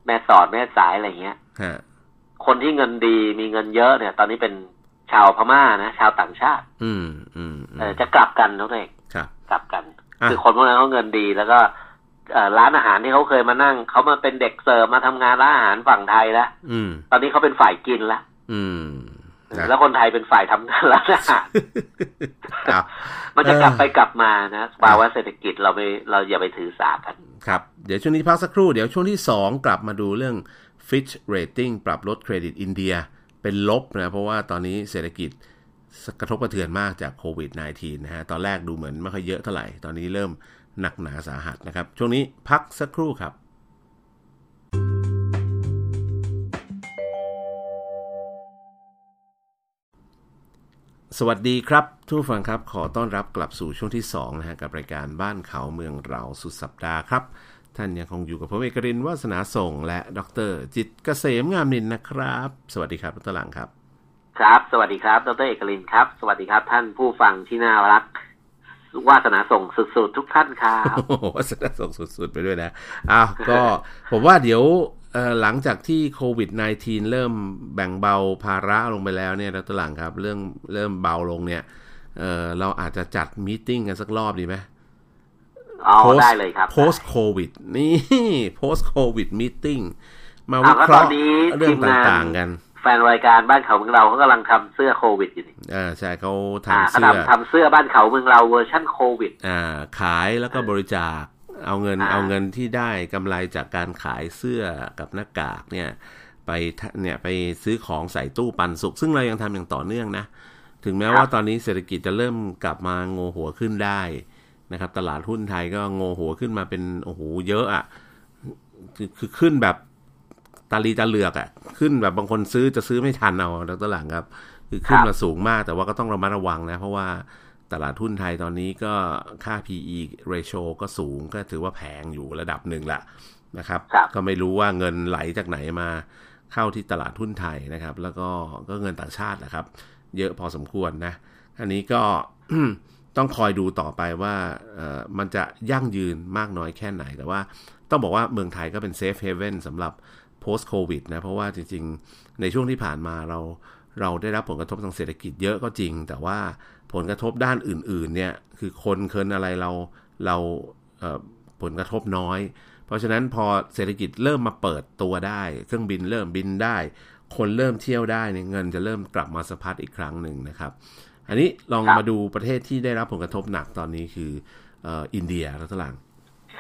B: แม่สอดแม่สายอะไรเงี้ย
A: ฮะ
B: คนที่เงินดีมีเงินเยอะเนี่ย ตอนนี้เป็นชาวพม่านะชาวต่างชาติ
A: อืมอืมอืม
B: เออจะกลับกันนั่นเอง
A: ครับ
B: กลับกัน
A: อ่ะ
B: คือคนพวกนั้นเขาเงินดีแล้วก็เอ่อร้านอาหารที่เขาเคยมานั่งเขามาเป็นเด็กเสิร์ฟมาทำงานร้านอาหารฝั่งไทยแล้ว
A: อืม
B: ตอนนี้เขาเป็นฝ่ายกินแล้ว
A: อืมนะ
B: แล้วคนไทยเป็นฝ่ายทำงานร้านอาหาร
A: ครับ
B: มันจะ
A: เออ
B: กลับไปกลับมานะภาวะเศรษฐกิจเราไม่เราอย่าไปถือสากัน
A: ครับ เดี๋ยวช่วงนี้พักสักครู่ เดี๋ยวช่วงที่ 2 กลับมาดูเรื่อง Fitch Rating ปรับลดเครดิตอินเดีย เป็นลบนะ เพราะว่าตอนนี้เศรษฐกิจกระทบกระเทือนมากจากโควิด -19 นะฮะ ตอนแรกดูเหมือนไม่ค่อยเยอะเท่าไหร่ ตอนนี้เริ่มหนักหนาสาหัสนะครับ ช่วงนี้พักสักครู่ครับ สวัสดีครับทุกฟังครับขอต้อนรับกลับสู่ช่วงที่2นะฮะกับรายการบ้านเขาเมืองเราสุดสัปดาห์ครับ ท่านยังคงอยู่กับผมเอกรินทร์วาสนาส่งและดรจิตรเกษมงามนินทร์นะครับ สวัสดีครับดรหลังครับ
B: ครับ สวัสดีครับดรเอกลินครับ สวัสดีครับ ท่านผู้ฟังที่น่ารักวาสนาส่งสุดๆทุกท่านครั
A: *laughs*
B: บ
A: โอ้โหวาสนาส่งสุดๆไปด้วยนะอ้าวก็ ผมว่าเดี๋ยวเอ่อหลังจากที่โควิด -19 เริ่มแบ่งเบาภาระลงไปแล้วเนี่ยดรหลังครับ เรื่องเริ่มเบาลงเนี่ยเอ่อเราอาจจะจัดมีตติ้งกันสักรอบดีไหม
B: อ๋อ
A: post
B: ได้เลยครับ
A: post covid นี่ *laughs* post covid meeting มา
B: อ้า
A: วิ
B: วแล้ว
A: เคราะห์
B: ตอนนี้
A: เรื่อง
B: ทีมงาน
A: ต่างๆกัน
B: แฟนรายการบ้านเขาของเราเขากำลังทำเสื้อโควิดอยู่นี่
A: อ่าใช่เขา
B: อ่า
A: ทำ
B: เขา
A: เสื้อ
B: ทำทำเสื้อบ้านเขาเมืองเราเวอร์ชั่นโควิด
A: อ่าขายแล้วก็บริจาค เอาเงิน
B: อ่า
A: เอาเงินที่ได้กำไรจากการขายเสื้อกับหน้ากากเนี่ย ไปทะเนี่ยไปซื้อของใส่ตู้ปันสุก ซึ่งเรายังทำอย่างต่อเนื่องนะ ถึงแม้ว่าตอนนี้เศรษฐกิจจะเริ่มกลับมาโงหัวขึ้นได้นะครับ ตลาดหุ้นไทยก็โงหัวขึ้นมาเป็นโอ้โหเยอะอะ่ะคือคือขึ้นแบบตาลีตาเหลือกอะ่ะ ขึ้นแบบบางคนซื้อจะซื้อไม่ทันเอาดรหลังครับ คือขึ้นมาสูงมากแต่ว่าก็ต้องระมัดระวังนะ เพราะว่าตลาดหุ้นไทยตอนนี้ก็ค่า P/E ratio ก็สูงก็ถือว่าแพงอยู่ระดับหนึ่งละ นะครับ
B: ครับ
A: ก็ไม่รู้ว่าเงินไหลจากไหนมาเข้าที่ตลาดหุ้นไทยนะครับ แล้วก็ก็เงินต่างชาตินะครับ เยอะพอสมควรนะ อันนี้ก็ *clears throat* ต้องคอยดูต่อไปว่าเอ่อมันจะยั่งยืนมากน้อยแค่ไหน แต่ว่าต้องบอกว่าเมืองไทยก็เป็น safe haven สำหรับ post covid นะ เพราะว่าจริงๆ ในช่วงที่ผ่านมาเราเราได้รับผลกระทบทางเศรษฐกิจเยอะก็จริง แต่ว่าผลกระทบด้านอื่น ๆ เนี่ย คือคนเคินอะไรเราเราเอ่อผลกระทบน้อย เพราะฉะนั้นพอเศรษฐกิจเริ่มมาเปิดตัวได้ เครื่องบินเริ่มบินได้ คนเริ่มเที่ยวได้เนี่ยเงินจะเริ่มกลับมาสะพัดอีกครั้งหนึ่งนะครับ อันนี้ลอง
B: ครับ
A: มาดูประเทศที่ได้รับผลกระทบหนักตอนนี้คือเอออินเดียรัฐหลัง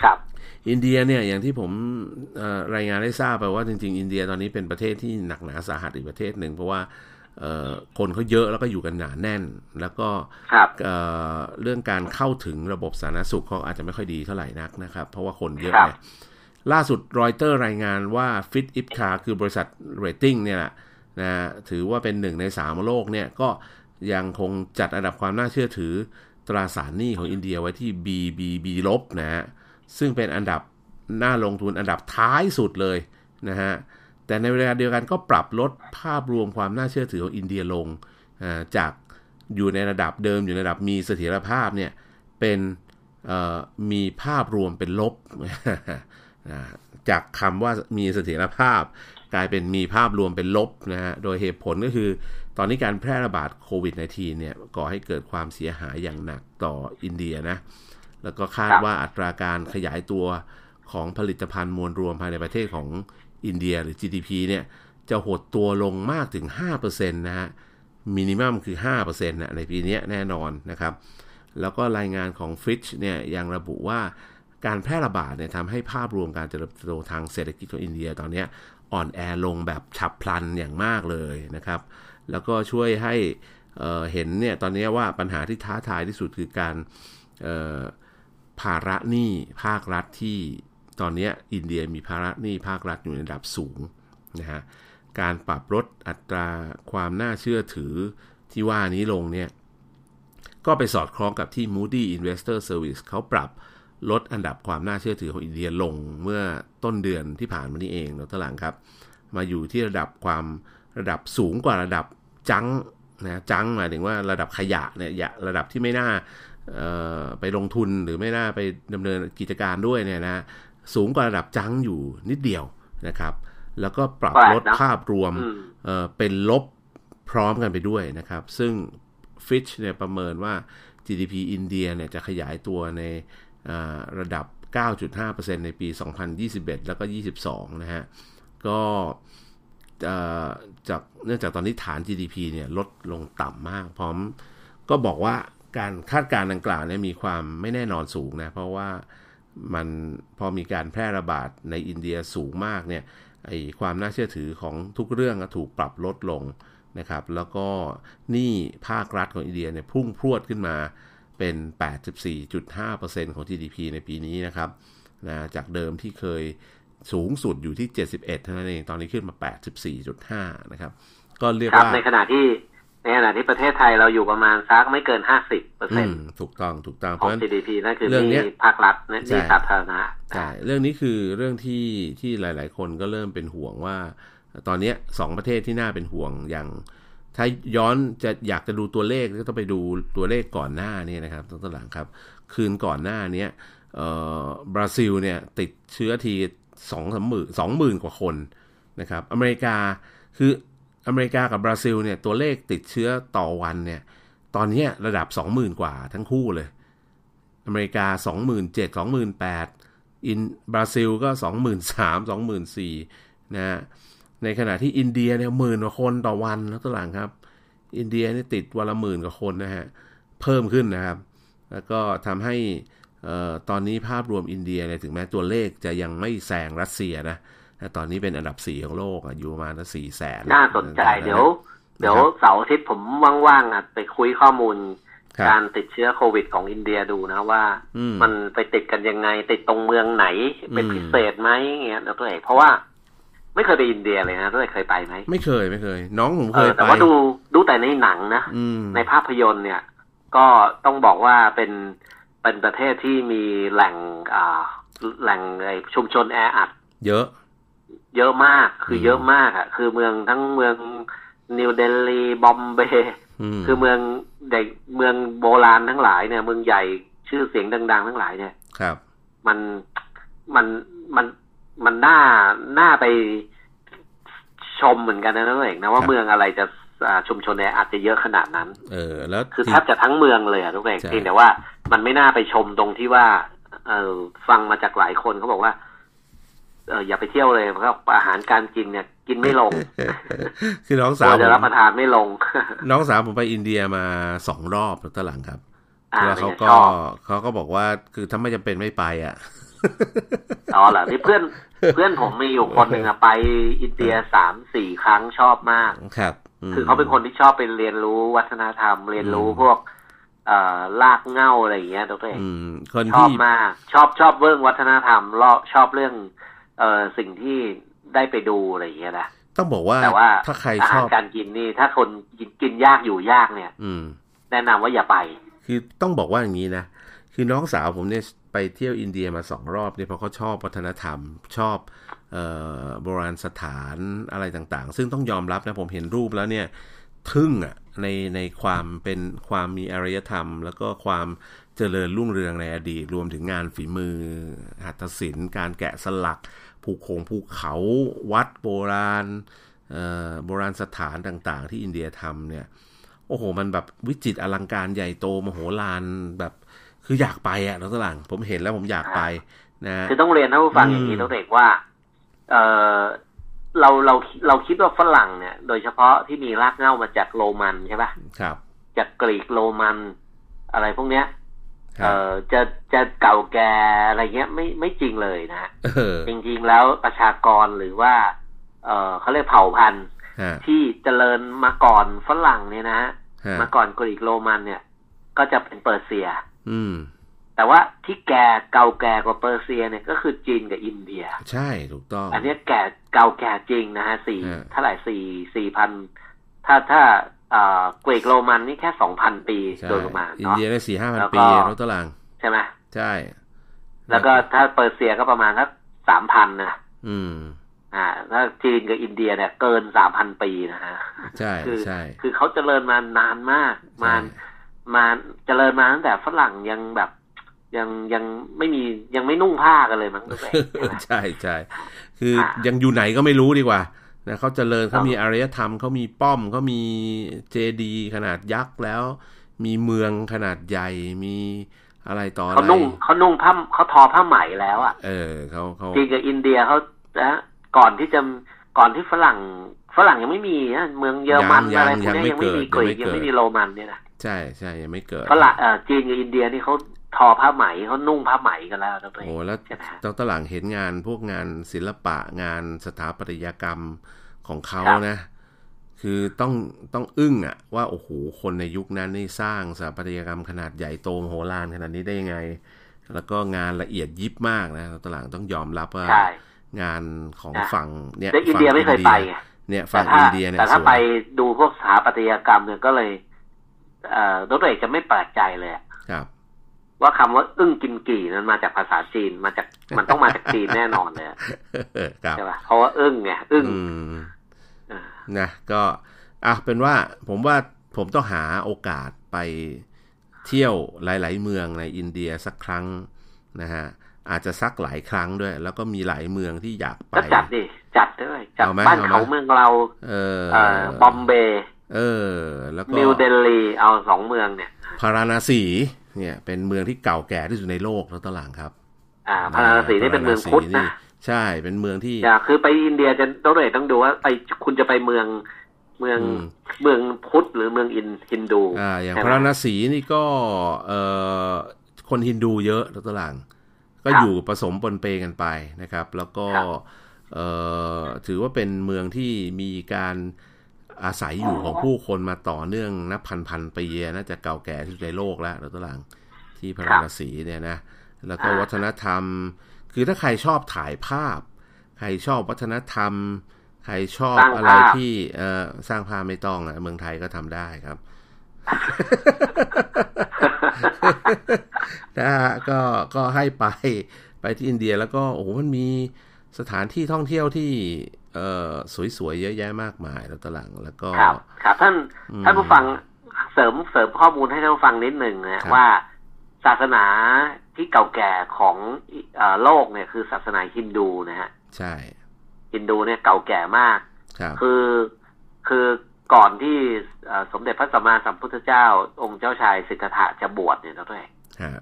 B: ครับ
A: อินเดียเนี่ยอย่างที่ผมเอ่อรายงานได้ทราบไปว่าจริงๆ อินเดียตอนนี้เป็นประเทศที่หนักหนาสาหัสอีกประเทศหนึ่งเพราะว่าเอ่อคนเขาเยอะแล้วก็อยู่กันหนาแน่น แล้วก็
B: ครับ
A: เอ่อเรื่องการเข้าถึงระบบสาธารณสุขเขาอาจจะไม่ค่อยดีเท่าไหร่นักนะครับ เพราะว่าคนเยอะ
B: ครับ
A: ไงล่าสุดรอยเตอร์รายงานว่าฟิตอิฟคาคือบริษัทเรตติ้งเนี่ยแหละนะถือว่าเป็นหนึ่งในสามของโลกเนี่ยก็ยังคงจัดอันดับความน่าเชื่อถือตราสารหนี้ของอินเดียไว้ที่ BBB ลบนะฮะ ซึ่งเป็นอันดับน่าลงทุนอันดับท้ายสุดเลยนะฮะ แต่ในเวลาเดียวกันก็ปรับลดภาพรวมความน่าเชื่อถือของอินเดียลงอ่าจากอยู่ในระดับเดิมอยู่ในระดับมีเสถียร *laughs* ภาพเนี่ยเป็นเอ่อมีภาพรวมเป็นลบ อ่าจากคำว่ามีเสถียรภาพ กลายเป็นมีภาพรวมเป็นลบนะฮะ โดยเหตุผลก็คือ ตอนนี้การแพร่ระบาดโควิด -19 เนี่ยก่อให้เกิดความเสียหายอย่างหนักต่ออินเดียนะ แล้วก็คาดว่าอัตราการขยายตัวของผลิตภัณฑ์มวลรวมภายในประเทศของอินเดียหรือ GDP เนี่ยจะหดตัวลงมากถึง 5%นะฮะ มินิมัมคือ 5%นะในปีเนี้ยแน่นอนนะครับ แล้วก็รายงานของฟิชเนี่ยยังระบุว่าการแพร่ระบาดเนี่ยทำให้ภาพรวมการเจริญเติบโตทางเศรษฐกิจของอินเดียตอนเนี้ยอ่อนแอลงแบบฉับพลันอย่างมากเลยนะครับ แล้วก็ช่วยให้เอ่อเห็นเนี่ยตอนเนี้ยว่าปัญหาที่ท้าทายที่สุดคือการเอ่อภาระหนี้ภาครัฐที่ตอนเนี้ยอินเดียมีภาระหนี้ภาครัฐอยู่ในระดับสูงนะฮะ การปรับลดอัตราความน่าเชื่อถือที่ว่านี้ลงเนี่ย ก็ไปสอดคล้องกับที่ Moody Investor Service เขาปรับลดอันดับความน่าเชื่อถือของอินเดียลงเมื่อต้นเดือนที่ผ่านมานี้เองแล้วตหลังครับ มาอยู่ที่ระดับความระดับสูงกว่าระดับจังนะจังหมายถึงว่าระดับขยะเนี่ยอย่าระดับที่ไม่น่าเอ่อไปลงทุนหรือไม่น่าไปดำเนินกิจการด้วยเนี่ยนะสูงกว่าระดับจังอยู่นิดเดียวนะครับ แล้วก็ปรับ
B: แปลกนะ
A: ลดภาพรวม
B: อืม
A: เอ่อเป็นลบพร้อมกันไปด้วยนะครับ ซึ่ง Fitch เนี่ยประเมินว่า GDP อินเดียเนี่ยจะขยายตัวในเอ่อระดับ 9.5%ในปี 2021 แล้วก็ 22 นะฮะ ก็เอ่อจากเนื่องจากตอนนี้ฐาน GDP เนี่ยลดลงต่ำมาก พร้อมก็บอกว่าการคาดการณ์ดังกล่าวเนี่ยมีความไม่แน่นอนสูงนะ เพราะว่ามันพอมีการแพร่ระบาดในอินเดียสูงมากเนี่ย ไอความน่าเชื่อถือของทุกเรื่องก็ถูกปรับลดลงนะครับ แล้วก็หนี้ภาครัฐของอินเดียเนี่ยพุ่งพรวดขึ้นมาเป็น 84.5%ของ GDP ในปีนี้นะครับนะจากเดิมที่เคยสูงสุดอยู่ที่ 71 เท่านั้นเอง ตอนนี้ขึ้นมา 84.5 นะครับ ก็เรียก
B: ครับ
A: ว่า
B: ในขณะที่ในขณะที่ประเทศไทยเราอยู่ประมาณสักไม่เกินห้าสิบเปอร์เซ็น
A: อื
B: ต์
A: มถูกต้อง ถูกต้อง เพ
B: ขอ
A: ราะ
B: ง
A: ฉะนั้น
B: GDP นั่นคือ
A: เรื่อง
B: ห
A: เนี้
B: นี่
A: ย
B: ภาครัฐและหนี่
A: ใช่
B: สาธารณะ
A: ใช่เรื่องนี้คือเรื่องที่ที่หลาย ๆ คนก็เริ่มเป็นห่วงว่า ตอนเนี้ยสองประเทศที่น่าเป็นห่วงอย่าง ถ้าย้อนจะอยากจะดูตัวเลขก็ต้องไปดูตัวเลขก่อนหน้านี่นะครับต้นตหลังครับ คืนก่อนหน้าเนี้ยเอ่อบราซิลเนี่ยติดเชื้อทีสองสามหมื่นสองหมื่นกว่าคนนะครับ อเมริกาคืออเมริกากับบราซิลเนี่ยตัวเลขติดเชื้อต่อวันเนี่ยตอนเนี้ยระดับสองหมื่นกว่าทั้งคู่เลย อเมริกาสองหมื่นเจ็ดสองหมื่นแปด อินบราซิลก็สองหมื่นสามสองหมื่นสี่นะฮะในขณะที่อินเดียเนี่ยหมื่นกว่าคนต่อวันนะตัวหลังครับ อินเดียนี่ติดวันละหมื่นกว่าคนนะฮะ เพิ่มขึ้นนะครับ แล้วก็ทำให้เอ่อตอนนี้ภาพรวมอินเดียเนี่ยถึงแม้ตัวเลขจะยังไม่แซงรัสเซียนะแต่ตอนนี้เป็นอันดับสี่ของโลกอะอยู่ประมาณสี่แสน
B: น่าสนใจเดี๋ยว เดี๋ยว
A: นะครับ
B: เสาร์อาทิตย์ผมว่างๆอ่ะไปคุยข้อมูล
A: ครั
B: กา
A: บ
B: รติดเชื้อโควิดของอินเดียดูนะว่า
A: อืม
B: มันไปติดกันยังไง ติดตรงเมืองไหน เป็น
A: อืม
B: พิเศษไหมเงี้ยนะตัวเอกเพราะว่า ไม่เคยไปอินเดียเลยนะตัวเอกเคยไปไหม
A: ไม่เคยไม่เคย น้องผม
B: เอ
A: เคย
B: อ
A: ไป
B: แต่ว่าดูดูแต่ในหนังนะ
A: อืม
B: ในภาพยนตร์เนี่ย ก็ต้องบอกว่าเป็นเป็นประเทศที่มีแหล่งอ่าแหล่งไอ้ชุมชนแออัด
A: เยอะ
B: เยอะมากคือ
A: ม
B: เยอะมากอ่ะ คือเมืองทั้งเมืองนิวเดลีบอมเบย์
A: อืม
B: คือเมืองใหญ่เมืองโบราณทั้งหลายเนี่ย เมืองใหญ่ชื่อเสียงดัง ๆ ทั้งหลายเนี่ย
A: ครับ
B: มันมันมันมันน่าน่าไปชมเหมือนกันนะน้องเอกนะว่า
A: ครับ
B: เมืองอะไรจะอ่าชุมชนแออัดจะเยอะขนาดนั้น
A: เออแล้ว
B: คือแทบจะทั้งเมืองเลยอะทุกเอก
A: ใช่
B: เพียงแต่ว่ามันไม่น่าไปชมตรงที่ว่า เออฟังมาจากหลายคนเขาบอกว่า เอออย่าไปเที่ยวเลยเพราะอาหารการกินเนี่ย กินไม่ลง
A: คือ *laughs* น้อง
B: กลั
A: สาว
B: ว
A: ผ
B: จะรับ
A: ม
B: ประทานไม่ลง *laughs*
A: น้องสาวผมไปอินเดียมาสองรอบแล้วตอนหลังครับ
B: อ่า
A: แล้วเขาก็
B: ชอบ
A: เขาก็บอกว่าคือถ้าไม่จำเป็นไม่ไป
B: *laughs*
A: อ่ะ
B: อ๋อเหรอนี่เพื่อน เพื่อนผมมีอยู่คนหนึ่งอะไปอินเดียสามสี่ครั้งชอบมาก
A: ครับม
B: คือเขาเป็นคนที่ชอบไปเรียนรู้วัฒนธรรม เรียนรู้
A: อืม
B: พวก เอ่อลากเหง่าอะไรอย่างเงี้ยตัวเอง
A: อืมคน
B: ชอ
A: ที่
B: บมาก ชอบชอบเรื่องวัฒนธรรมรอบชอบเรื่อง เออสิ่งที่ได้ไปดูอะไรอย่างเงี้ยนะ
A: ต้องบอกว่า
B: แต่ว่า
A: ถ้าใคร
B: อา
A: ช
B: หา
A: อ
B: ร
A: บ
B: การกินนี่ ถ้าคนกินกินยากอยู่ยากเนี่ย
A: อืม
B: แนะนำว่าอย่าไป
A: คือต้องบอกว่าอย่างนี้นะ คือน้องสาวผมเนี่ยไปเที่ยวอินเดียมาสองรอบเนี่ยเพราะเขาชอบวัฒนธรรม ชอบเอ่อโบราณสถานอะไรต่างๆ ซึ่งต้องยอมรับนะผมเห็นรูปแล้วเนี่ย ทึ่งอ่ะในในความเป็นความมีอารยธรรม แล้วก็ความเจริญรุ่งเรืองในอดีต รวมถึงงานฝีมือ หัตถศิลป์ การแกะสลัก ภูโขงภูเขาวัดโบราณเอ่อโบราณสถานต่างๆ ที่อินเดียทำเนี่ย โอ้โห มันแบบวิจิตรอลังการใหญ่โตมโหฬารแบบคืออยากไปอะน้องสลังผมเห็นแล้วผมอยากไปนะฮะ
B: คือต้องเรียนท่านผู้ฟัง
A: อืม
B: อย่างนี้ต้องเด็กว่า เออเราเราเราคิดว่าฝรั่งเนี่ย โดยเฉพาะที่มีรากเหง้ามาจากโรมันใช่ปะ
A: ครับ
B: จากกรีกโรมัน อะไรพวกเนี้ย
A: ค
B: เอ
A: รับ
B: อจะจะเก่าแก่อะไรเงี้ยไม่ไม่จริงเลยนะฮะ
A: เออ
B: จริงๆแล้วประชากรหรือว่า เออเขาเรียกเผ่าพันธุ์
A: ฮะ
B: ที่เจริญมาก่อนฝรั่งเนี่ยนะฮะ
A: ฮะ
B: มาก่อนกรีกโรมันเนี่ย ก็จะเป็นเปอร์เซีย
A: อืม
B: แต่ว่าที่แก่เก่าแก่กว่าเปอร์เซียเนี่ยก็คือจีนกับอินเดีย
A: ใช่ถูกต้อง
B: อันเนี้ยแก่เก่าแก่จริงนะฮะสี่
A: อ่า
B: เท่าไหร่สี่สี่พันถ้าถ้าเอ่อกรีกโรมันนี่แค่สองพันปี
A: ใช่
B: โดยประมาณ
A: อิน
B: เนาะ
A: เดียได้สี่ห้าพัน
B: แล้วก็
A: ปีรถตาราง
B: ใช่ไหม
A: ใช่
B: แล้วก็ถ้าเปอร์เซียก็ประมาณสักสามพันนะ
A: อืม
B: อ่าถ้าจีนกับอินเดียเนี่ยเกินสามพันปีนะฮะ
A: ใช่
B: คือ
A: ใช่
B: คือเขาเจริญมานานมากมา มาเจริญมาตั้งแต่ฝรั่งยังแบบ ยังยังไม่มียังไม่นุ่งผ้ากัน *laughs* เลยมั้งตั้งแต่ใช่ไหม
A: ใช่ *laughs* ใช่คืออะ ยังอยู่ไหนก็ไม่รู้ดีกว่านะเขาเจริญเขา
B: ครับ
A: มีอารยธรรมเขามีป้อมเขามีเจดีย์ขนาดยักษ์แล้ว มีเมืองขนาดใหญ่มีอะไรต่ออะ
B: เขา
A: ไร
B: นุ่งเขานุ่งผ้าเขาทอผ้าไหมแล้วอ่ะ
A: เออเขาเขา
B: จีนกับอินเดียเขานะก่อนที่จะก่อนที่ฝรั่งฝรั่งยังไม่มีนะเมืองเยอรมันอะไรพวกเนี้ยยังไม่มีกรีกยังไม่มีโรมันเนี่ยนะ
A: ใช่ใช่ยังไม่เกิด
B: ฝรั่งเอ่อจีนกับอินเดียนี่เขาทอผ้าไหมเขานุ่งผ้าไหมกันแล้วตั้งแต่
A: โอ้แล้ว
B: ใช่ไหมฮะ
A: ดรหลังเห็นงานพวกงานศิลปะงานสถาปัตยกรรมของเขา
B: ครับ
A: นะ คือต้องต้องอึ้งอะว่าโอ้โหคนในยุคนั้นนี่สร้างสถาปัตยกรรมขนาดใหญ่โตมโหฬารขนาดนี้ได้ยังไง แล้วก็งานละเอียดยิบมากนะดรหลังต้องยอมรับว่า
B: ใช่
A: งานของฝั่งเนี่ย
B: แล้วอิน
A: ฝั่ง
B: เดียไม่เคยไปไง
A: เนี่ย
B: แต่
A: ฝั่ง
B: ถ้า
A: อินเดียเนี่ย
B: แต่ถ้า
A: สวย
B: ไปดูพวกสถาปัตยกรรมเนี่ยก็เลย เอ่อดรเอกจะไม่แปลกใจเลยอะ
A: ครับ *laughs*
B: ว่าคำว่าอึ้งกินกี่นั้นมาจากภาษาจีนมาจากมันต้องมาจากจีนแน่นอนเลยอะ
A: ครับ
B: ใช่ป่ะเพราะว่าอึ้งไงอึ้ง
A: อืม
B: เออ
A: นะก็อ่ะเป็นว่าผมว่าผมต้องหาโอกาสไปเที่ยวหลาย ๆ เมืองในอินเดียสักครั้งนะฮะอาจจะสักหลายครั้งด้วย แล้วก็มีหลายเมืองที่อยากไป
B: ก็จัดดิจัดด้วยจัด
A: เอาไหม
B: บ้านเขา
A: เอาไหม
B: เมืองเรา
A: เออ
B: เอ่อบอมเบย์
A: เออ แล้วก็
B: นิวเดลีเอาสองเมืองเนี่ย
A: พาราณสีเนี่ยเป็นเมืองที่เก่าแก่ที่สุดในโลกแล้วตอนหลังครับ
B: อ่าพาราณสีนี่เป็นเมืองพุทธนะ
A: ใช่เป็นเมืองที่
B: อย่าคือไปอินเดียจะดรเอกต้องดูว่าไปคุณจะไปเมืองเมือง
A: อืม
B: เมืองพุทธหรือเมืองอินฮินดู
A: อ่าอย่าง
B: ใช่ไห
A: พ
B: ม
A: ระนศีนี่ก็เอ่อคนฮินดูเยอะตัวตลังก็
B: ครับ
A: อยู่ผสมปนเปกันไปนะครับ แล้วก็
B: ครับ
A: เอ่อถือว่าเป็นเมืองที่มีการอาศัยอยู่ของผู้คนมาต่อเนื่องนับพันพันปีน่าจะเก่าแก่ที่สุดในโลกแล้วตัวตลังที่พระนศีเนี่ยนะแล้วก็วัฒนธรรม คือถ้าใครชอบถ่ายภาพ ใครชอบวัฒนธรรม ใครชอบ
B: สร้างภาพ
A: อะไรที่เอ่อสร้างภาพไม่ต้องอะเมืองไทยก็ทำได้ครับ *laughs* นะฮะก็ก็ให้ไปไปที่อินเดียแล้วก็โอ้โหมันมีสถานที่ท่องเที่ยวที่เอ่อสวยๆเยอะแยะมากมายแล้วตอนหลังแล้วก็
B: ครับครับท่าน
A: อืม
B: ท่านผู้ฟังเสริมเสริมข้อมูลให้ท่านผู้ฟังนิดหนึ่ง
A: ครั
B: นะ
A: บ
B: ว่าศาสนาที่เก่าแก่ของเอ่อโลกเนี่ยคือศาสนาฮินดูนะฮะ
A: ใช่
B: ฮินดูเนี่ยเก่าแก่มาก
A: ครับ
B: คือคือก่อนที่เอ่อสมเด็จพระสัมมาสัมพุทธเจ้า องค์เจ้าชายสิทธัตถะจะบวชเนี่ยนะด้วย
A: ฮะ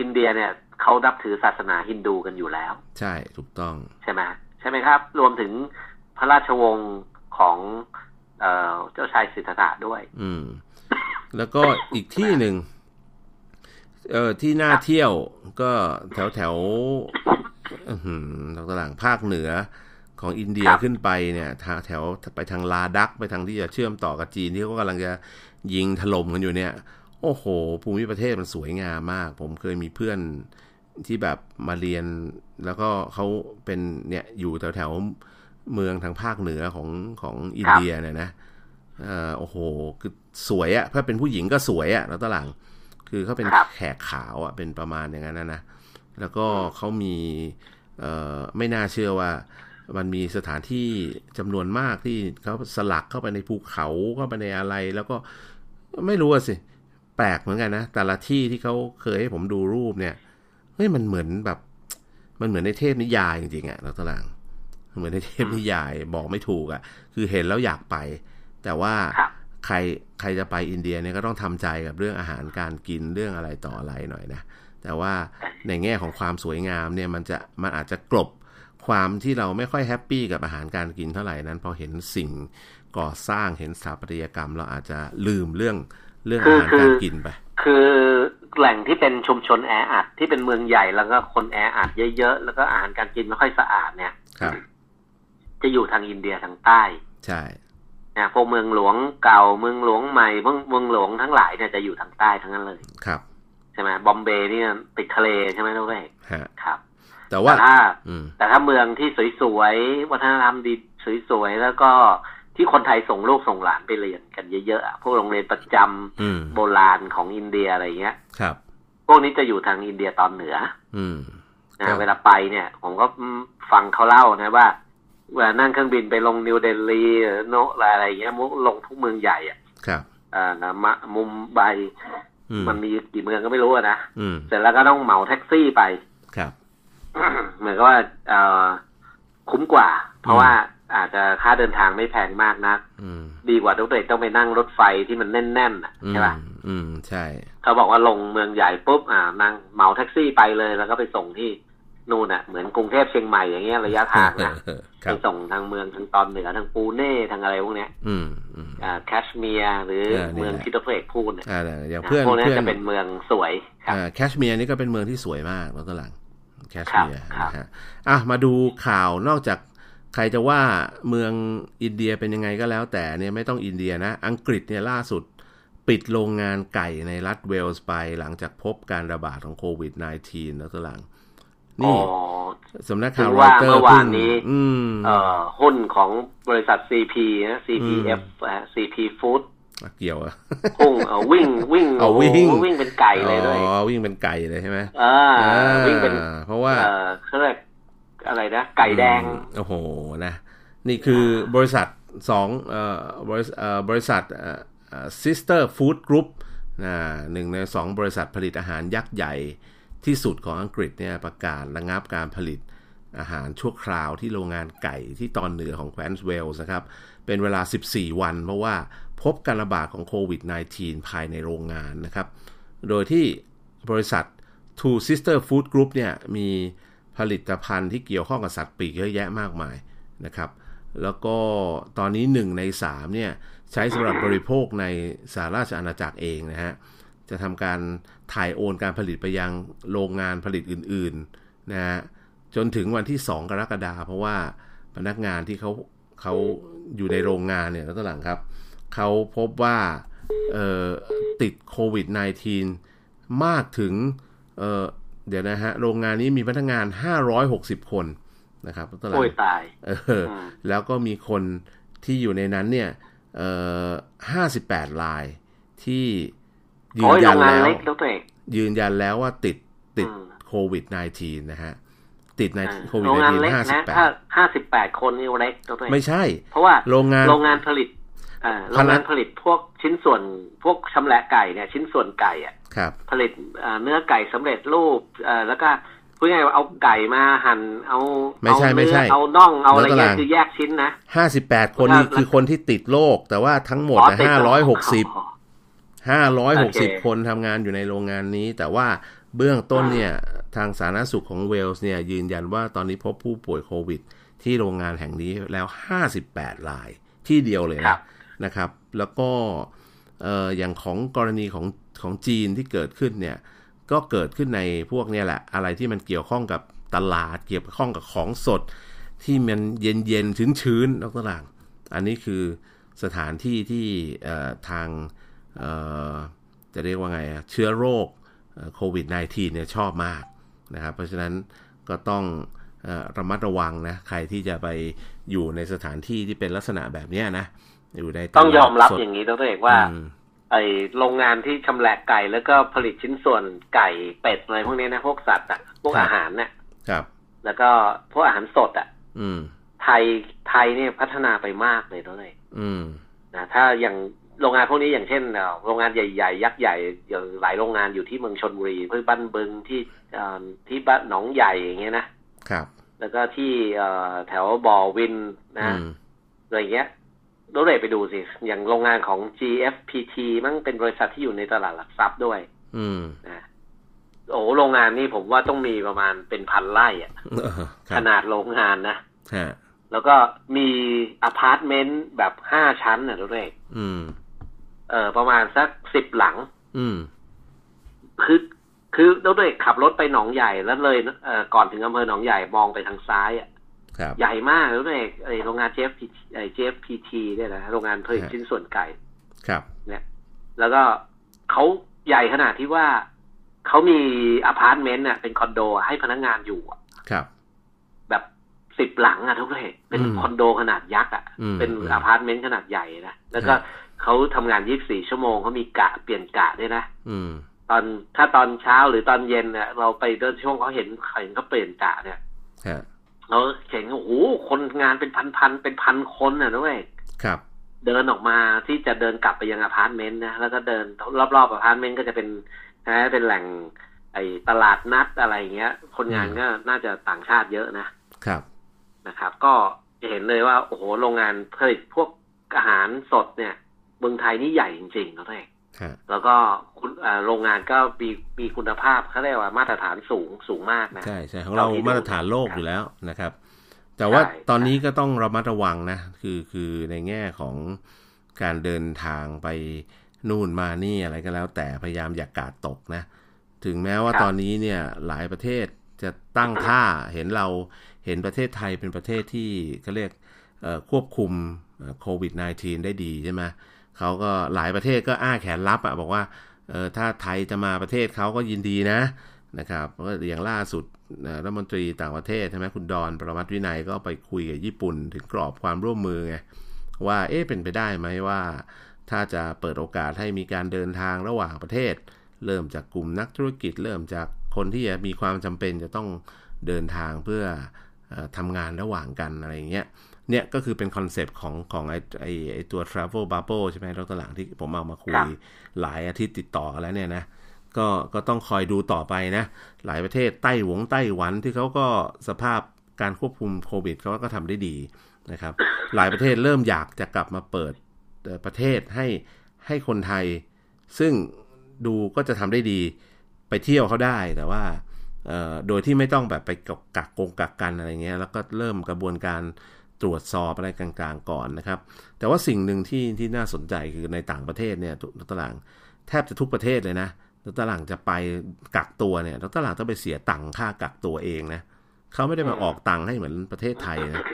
B: อินเดียเนี่ยเขานับถือศาสนาฮินดูกันอยู่แล้ว
A: ใช่ถูกต้อง
B: ใช่ไหมใช่ไหมครับ รวมถึงพระราชวงศ์ของเอ่อเจ้าชายสิทธัตถะด้วย
A: อืมแล้วก็อีกที่หนึ่งเอ่อที่น่าเที่ยวก็แถวแถวๆอื้อหือตอนหลังภาคเหนือของอินเดีย
B: ครับ
A: ขึ้นไปเนี่ยทางแถวไปทางลาดักไปทางที่จะเชื่อมต่อกับจีนที่เขากำลังจะ ยิงถล่มกันอยู่เนี่ย โอ้โห ภูมิประเทศมันสวยงามมาก ผมเคยมีเพื่อนที่แบบมาเรียน แล้วก็เขาเป็นเนี่ยอยู่แถวแถวๆเมืองทางภาคเหนือของของอินเดียเนี่ยนะเอ่อโอ้โห คือสวยอะถ้าเป็นผู้หญิงก็สวยอะแล้วตอนหลัง คือเขาเป็น
B: ครับ
A: แขกขาวอะเป็นประมาณอย่างนั้นนะนะ แล้วก็เขามีเอ่อไม่น่าเชื่อว่า มันมีสถานที่จำนวนมากที่เขาสลักเข้าไปในภูเขาเข้าไปในอะไร แล้วก็ไม่รู้อะสิ แปลกเหมือนกันนะ แต่ละที่ที่เขาเคยให้ผมดูรูปเนี่ยเฮ้ยมันเหมือนแบบ มันเหมือนในเทพนิยายจริงๆอะนักตารางเหมือนในเทพนิยายบอกไม่ถูกอะคือเห็นแล้วอยากไป แต่ว่า
B: ครับ
A: ใครใครจะไปอินเดียเนี่ยก็ต้องทำใจกับเรื่องอาหารการกินเรื่องอะไรต่ออะไรหน่อยนะ แต่ว่าในแง่ของความสวยงามเนี่ยมันจะมันอาจจะกลบความที่เราไม่ค่อยแฮปปี้กับอาหารการกินเท่าไหร่นั้นพอเห็นสิ่งก่อสร้างเห็นสถาปัตยกรรม เราอาจจะลืมเรื่องเรื่องอาหารการกินไป
B: คือแหล่งที่เป็นชุมชนแออัดที่เป็นเมืองใหญ่แล้วก็คนแออัดเยอะๆ แล้วก็อาหารการกินไม่ค่อยสะอาดเนี่ย
A: ครับ
B: จะอยู่ทางอินเดียทางใต้
A: ใช่
B: นะพวกเมืองหลวงเก่าเมืองหลวงใหม่เมืองเมืองหลวงทั้งหลายเนี่ยจะอยู่ทางใต้ทั้งนั้นเลย
A: ครับ
B: ใช่ไหมบอมเบย์นี่ติดทะเลใช่ไหมน้องเว้ย
A: ฮะ
B: ครับ
A: แต่
B: แต่
A: ว่า
B: ถ้า
A: อืม
B: แต่ถ้าเมืองที่สวยๆ วัฒนธรรมดีสวยๆ แล้วก็ที่คนไทยส่งลูกส่งหลานไปเรียนกันเยอะๆอะพวกโรงเรียนประจำ
A: อืม
B: โบราณของอินเดียอะไรเงี้ย
A: ครับ
B: พวกนี้จะอยู่ทางอินเดียตอนเหนือ
A: อืม ครั
B: นะ
A: บ
B: เวลาไปเนี่ย ผมก็ฟังเขาเล่านะว่าเวลานั่งเครื่องบินไปลงนิวเดลีหรือโนอะไรเงี้ยมุกลงทุกเมืองใหญ่อะ
A: ครับ
B: เอ่อนามะมุมไบ
A: อืม
B: มันมีกี่เมืองก็ไม่รู้อะนะ
A: อืม
B: เสร็จแล้วก็ต้องเหมาแท็กซี่ไป
A: ครับ
B: *coughs* เหมือนกับว่าเอ่อคุ้มกว่า เพราะว่าอาจจะค่าเดินทางไม่แพงมากนะัก
A: อืม
B: ดีกว่าตัวเองต้องไปนั่งรถไฟที่มันแน่นๆน่ะ
A: อืม
B: ใช่ป่ะ
A: อืม ใช่
B: เขาบอกว่าลงเมืองใหญ่ปุ๊บอ่านั่งเหมาแท็กซี่ไปเลยแล้วก็ไปส่งที่นู่นน่ะเหมือนกรุงเทพเชียงใหม่อย่างเงี้ยระยะทางนะ
A: ครั
B: ไป
A: บ
B: ส่งทางเมืองทางตอนเหนือทางปูเน่ทางอะไรพวกเนี้ย
A: อืม อืม
B: อ่าแคชเมียร์หรือ
A: เออนี่แหละ
B: เมืองที่ตัวเอกพูดเนี่ย
A: อ่าอย่างเพื่อน
B: พวกเนี้ย
A: เพื่อน
B: จะเป็นเมืองสวยครับ
A: อ่าแคชเมียร์นี่ก็เป็นเมืองที่สวยมากแล้วก็หลังแคชเมียร์
B: ครับ
A: นะฮะอ่ะมาดูข่าวนอกจากใครจะว่าเมืองอินเดียเป็นยังไงก็แล้ว แต่เนี่ยไม่ต้องอินเดียนะ อังกฤษเนี่ยล่าสุดปิดโรงงานไก่ในรัฐเวลส์ไปหลังจากพบการระบาดของโควิด -19 แล้วก็หลังนี่
B: อ๋อ
A: สำนักข่าว
B: ถึง
A: รอ
B: ว่าย
A: เตอ
B: เมื่
A: ร์
B: อวานนี้
A: เพิ่งอืม
B: เอ่อหุ้นของบริษัท CP นะ CPF นะฮะ CP Food
A: เกี่ยวอะ
B: พุ่งเอ่อวิ่งวิ่ง
A: อ๋อวิ่ง
B: โโหวิ่งเป็นไก่เลยด้วย
A: อ๋อวิ่งเป็นไก่เลยใช่ไหม
B: เออวิ่งเป็น
A: อ่าเพราะว่า
B: เอ่อเขาเรียกอะไรนะ ไก่แดง
A: อืมโอ้โหนะนี่คือบริษัทสองเอ่อบริษัทเอ่อบริษัทเอ่อเอ่อ sister food group นะหนึ่งในสองบริษัทผลิตอาหารยักษ์ใหญ่ที่สุดของอังกฤษเนี่ยประกาศระงับการผลิตอาหารชั่วคราวที่โรงงานไก่ที่ตอนเหนือของแคว้นเวลส์นะครับ เป็นเวลา 14 วัน เพราะว่าพบการระบาดของโควิด -19 ภายในโรงงานนะครับ โดยที่บริษัท Two Sister Food Group เนี่ยมีผลิตภัณฑ์ที่เกี่ยวข้องกับสัตว์ปีกเยอะแยะมากมายนะครับ แล้วก็ตอนนี้ 1 ใน 3 เนี่ย ใช้สำหรับบริโภคในสหราชอาณาจักรเองนะฮะ จะทำการถ่ายโอนการผลิตไปยังโรงงานผลิตอื่นๆนะฮะจนถึงวันที่ 2 กรกฎาคมเพราะว่าพนักงานที่เขาเขาอยู่ในโรงงานเนี่ยแล้วตอนหลังครับ เขาพบว่าเอ่อติดโควิด -19 มากถึงเอ่อเดี๋ยวนะฮะ โรงงานนี้มีพนักงาน 560 คนนะครับแล้วตอนหลั
B: โอ้
A: ง
B: ยตาย
A: เออ
B: อืม
A: แล้วก็มีคนที่อยู่ในนั้นเนี่ยเอ่อห้าสิบแปดลายที่ยื
B: โอ้
A: น
B: ยโร
A: ยัน
B: งงา
A: แล้
B: น
A: ว
B: เล็กแล้วตัวเอง
A: ยืนยันแล้วว่าติดติด
B: อืม
A: โควิด -19 นะฮะ ติดในโควิด
B: โรงงานเล็
A: -19
B: ก
A: ห้าสิบ
B: นะ
A: แป
B: ถ้า
A: ด
B: ห้าสิบแปดคนนี่เล็กแล้วตัวเอง
A: ไม่ใช่
B: เพราะว่า
A: โรงงาน
B: โรงงานผลิตเอ่อโร
A: พนัก
B: งงานผลิตพวกชิ้นส่วนพวกชำแหละไก่เนี่ยชิ้นส่วนไก่อะ
A: ครับ
B: ผลิตเอ่อเนื้อไก่สำเร็จรูปเอ่อแล้วก็พูดง่ายๆเอาไก่มาหัน่นเอา
A: ไม่ใช่
B: เอา
A: ไม่
B: เนื้อ
A: ใช่
B: เอาน่องเอาอะไร
A: แล้วตา
B: เงี้
A: ราย ง
B: คือแยกชิ้นนะ
A: ห้าสิบแปดคนนี้คือคนที่ติดโรคแต่ว่าทั้งหมด
B: ติ
A: ห้า
B: แล้
A: ร้อ
B: วย
A: หกสิบ
B: อ๋อ
A: ห้าร้อยหก
B: โอเค
A: สิบคนทำงานอยู่ในโรงงานนี้ แต่ว่าเบื้องต้นเนี่ยทางสาธารณสุขของเวลส์เนี่ยยืนยันว่าตอนนี้พบผู้ป่วยโควิด ที่โรงงานแห่งนี้แล้ว 58รายที่เดียวเลย
B: ครั
A: นะ
B: บ
A: นะครับ แล้วก็เอ่ออย่างของกรณีของของจีนที่เกิดขึ้นเนี่ย ก็เกิดขึ้นในพวกเนี่ยแหละ อะไรที่มันเกี่ยวข้องกับตลาด เกี่ยวข้องกับของสด ที่มันเย็นเย็นชื้นชื้นๆนอกตลาดอันนี้คือสถานที่ที่เอ่อทางเอ่อจะเรียกว่าไงอะเชื้อโรคโควิด -19 เนี่ยชอบมากนะครับ เพราะฉะนั้นก็ต้องเอ่อระมัดระวังนะ ใครที่จะไปอยู่ในสถานที่ที่เป็นลักษณะแบบเนี้ยนะ อยู่ใน
B: ต้องยอมรับ
A: ตลดสด
B: อย่างนี้ตัวเองว่า
A: อืม
B: ไอโรงงานที่ชำแหละไก่แล้วก็ผลิตชิ้นส่วนไก่เป็ดอะไรพวกเนี้ยนะพวกสัตว์อะพวกอาหารเนี่ย
A: ครับ
B: แล้วก็พวกอาหารสดอะ
A: อืม
B: ไทยไทยเนี่ยพัฒนาไปมากเลยตัวเลย
A: อืม
B: นะถ้าอย่างโรงงานพวกนี้อย่างเช่นเอ่อโรงงานใหญ่ๆ ยักษ์ใหญ่อย่างหลายโรงงานอยู่ที่เมืองชนบุรีเพื่อบ้านบึงที่เอ่อที่บ้านหนองใหญ่อย่างเงี้ยนะครับ แล้วก็ที่เอ่อแถวบ่อวินนะ
A: อืม
B: อะไรอย่างเงี้ยเราเลยไปดูสิ อย่างโรงงานของ GFPT มั่งเป็นบริษัทที่อยู่ในตลาดหลักทรัพย์ด้วย
A: อืม
B: นะโอ้โหโรงงานนี่ผมว่าต้องมีประมาณเป็นพันไร่อะ
A: เออครั
B: ข
A: บ
B: นาดโรงงานนะ
A: ฮะ
B: แล้วก็มีอพาร์ตเมนต์แบบห้าชั้นนะทุกเอก
A: อืม
B: เออประมาณสักสิบหลัง
A: อืม
B: คือคือเราเด็กขับรถไปหนองใหญ่แล้วเลยเออก่อนถึงอำเภอหนองใหญ่มองไปทางซ้ายอะ
A: ครับ
B: ใหญ่มากแล้วเนี่ยไอ้โรงงาน JFPT ไอ้ JFPT เนี่ยนะโรงงานผลิต
A: ฮะ
B: ชิ้นส่วนไก่
A: ครับ
B: แล้วก็เขาใหญ่ขนาดที่ว่าเขามีอพาร์ตเมนต์เนี่ยเป็นคอนโดให้พนักงานอยู่อะ
A: ครับ
B: แบบสิบหลังอะทุกเลยเป็น
A: อืม
B: คอนโดขนาดยักษ์อะ
A: อืม
B: เป็น
A: อืม
B: อพาร์ตเมนต์ขนาดใหญ่นะแล้วก็
A: ฮะ
B: เขาทำงาน 24 ชั่วโมงเขามีกะเปลี่ยนกะด้วยนะ
A: อืม
B: ตอนถ้าตอนเช้าหรือตอนเย็นเนี่ยเราไปเดินช่วงเขาเห็นเห็นเขาเปลี่ยนกะเนี่ย
A: ฮะ
B: เราเห็นโอ้โหคนงานเป็นพันๆเป็นพันคนอะด้วย
A: ครับ
B: เดินออกมาที่จะเดินกลับไปยังอพาร์ตเมนต์นะแล้วก็เดินรอบๆอพาร์ตเมนต์ก็จะเป็นนะเป็นแหล่งไอ้ตลาดนัดอะไรอย่างเงี้ย คนงาน
A: อืม
B: ก็น่าจะต่างชาติเยอะนะครับ นะครับ ก็เห็นเลยว่าโอ้โหโรงงานผลิตพวกอาหารสดเนี่ยเมืองไทยนี่ใหญ่จริงๆนะท่าน
A: ฮะ
B: แล้วก็คุณเอ่อโรงงานก็มีมีคุณภาพเขาเรียกว่ามาตรฐานสูงสูงมากนะ
A: ใช่ใช่ของเรา
B: เท่าที่ดู
A: มาตรฐานโลกอยู่แล้วนะครับ แต่ว่า
B: ใช่
A: ตอนนี้ก็ต้องระมัดระวังนะ คือคือในแง่ของการเดินทางไปนู่นมานี่อะไรก็แล้ว แต่พยายามอย่ากาดตกนะ ถึงแม้ว่าตอนนี้เนี่ยหลายประเทศจะตั้งค่าเห็นเราเห็นประเทศไทยเป็นประเทศที่เขาเรียกเอ่อควบคุมโควิด -19 ได้ดีใช่ไหมเขาก็หลายประเทศก็อ้าแขนรับอะบอกว่าเออถ้าไทยจะมาประเทศเขาก็ยินดีนะ นะครับก็อย่างล่าสุดนะรัฐมนตรีต่างประเทศใช่ไหมคุณดอนประมัติวินัยก็ไปคุยกับญี่ปุ่น ถึงกรอบความร่วมมือไงว่าเอ๊ะเป็นไปได้ไหมว่า ถ้าจะเปิดโอกาสให้มีการเดินทางระหว่างประเทศ เริ่มจากกลุ่มนักธุรกิจ เริ่มจากคนที่มีความจำเป็นจะต้องเดินทางเพื่อเอ่อทำงานระหว่างกันอะไรอย่างเงี้ยเนี่ยก็คือเป็นคอนเซปต์ของของไอไอไอตัว travel bubble ใช่ไหมดรหลังที่ผมเอามาคุ
B: ครั
A: ย
B: บ
A: หลายอาทิตย์ติดต่อกันแล้วเนี่ยนะ ก็ก็ต้องคอยดูต่อไปนะ หลายประเทศไต้หวงไต้หวันที่เขาก็สภาพการควบคุมโควิดเขาก็ทำได้ดีนะครับ หลายประเทศเริ่มอยากจะกลับมาเปิดเอ่อประเทศให้ให้คนไทย ซึ่งดูก็จะทำได้ดีไปเที่ยวเขาได้แต่ว่าเอ่อโดยที่ไม่ต้องแบบไปกักกงกักกันอะไรเงี้ยแล้วก็เริ่มกระบวนการตรวจสอบอะไรกลางๆก่อนนะครับ แต่ว่าสิ่งหนึ่งที่ที่น่าสนใจคือในต่างประเทศเนี่ยตุตาราง แทบจะทุกประเทศเลยนะแล้วตารางจะไปกักตัวเนี่ยแล้วตารางต้องไปเสียตังค่ากักตัวเองนะเขาไม่ได้มาออกตังค์ให้เหมือนประเทศไทยนะ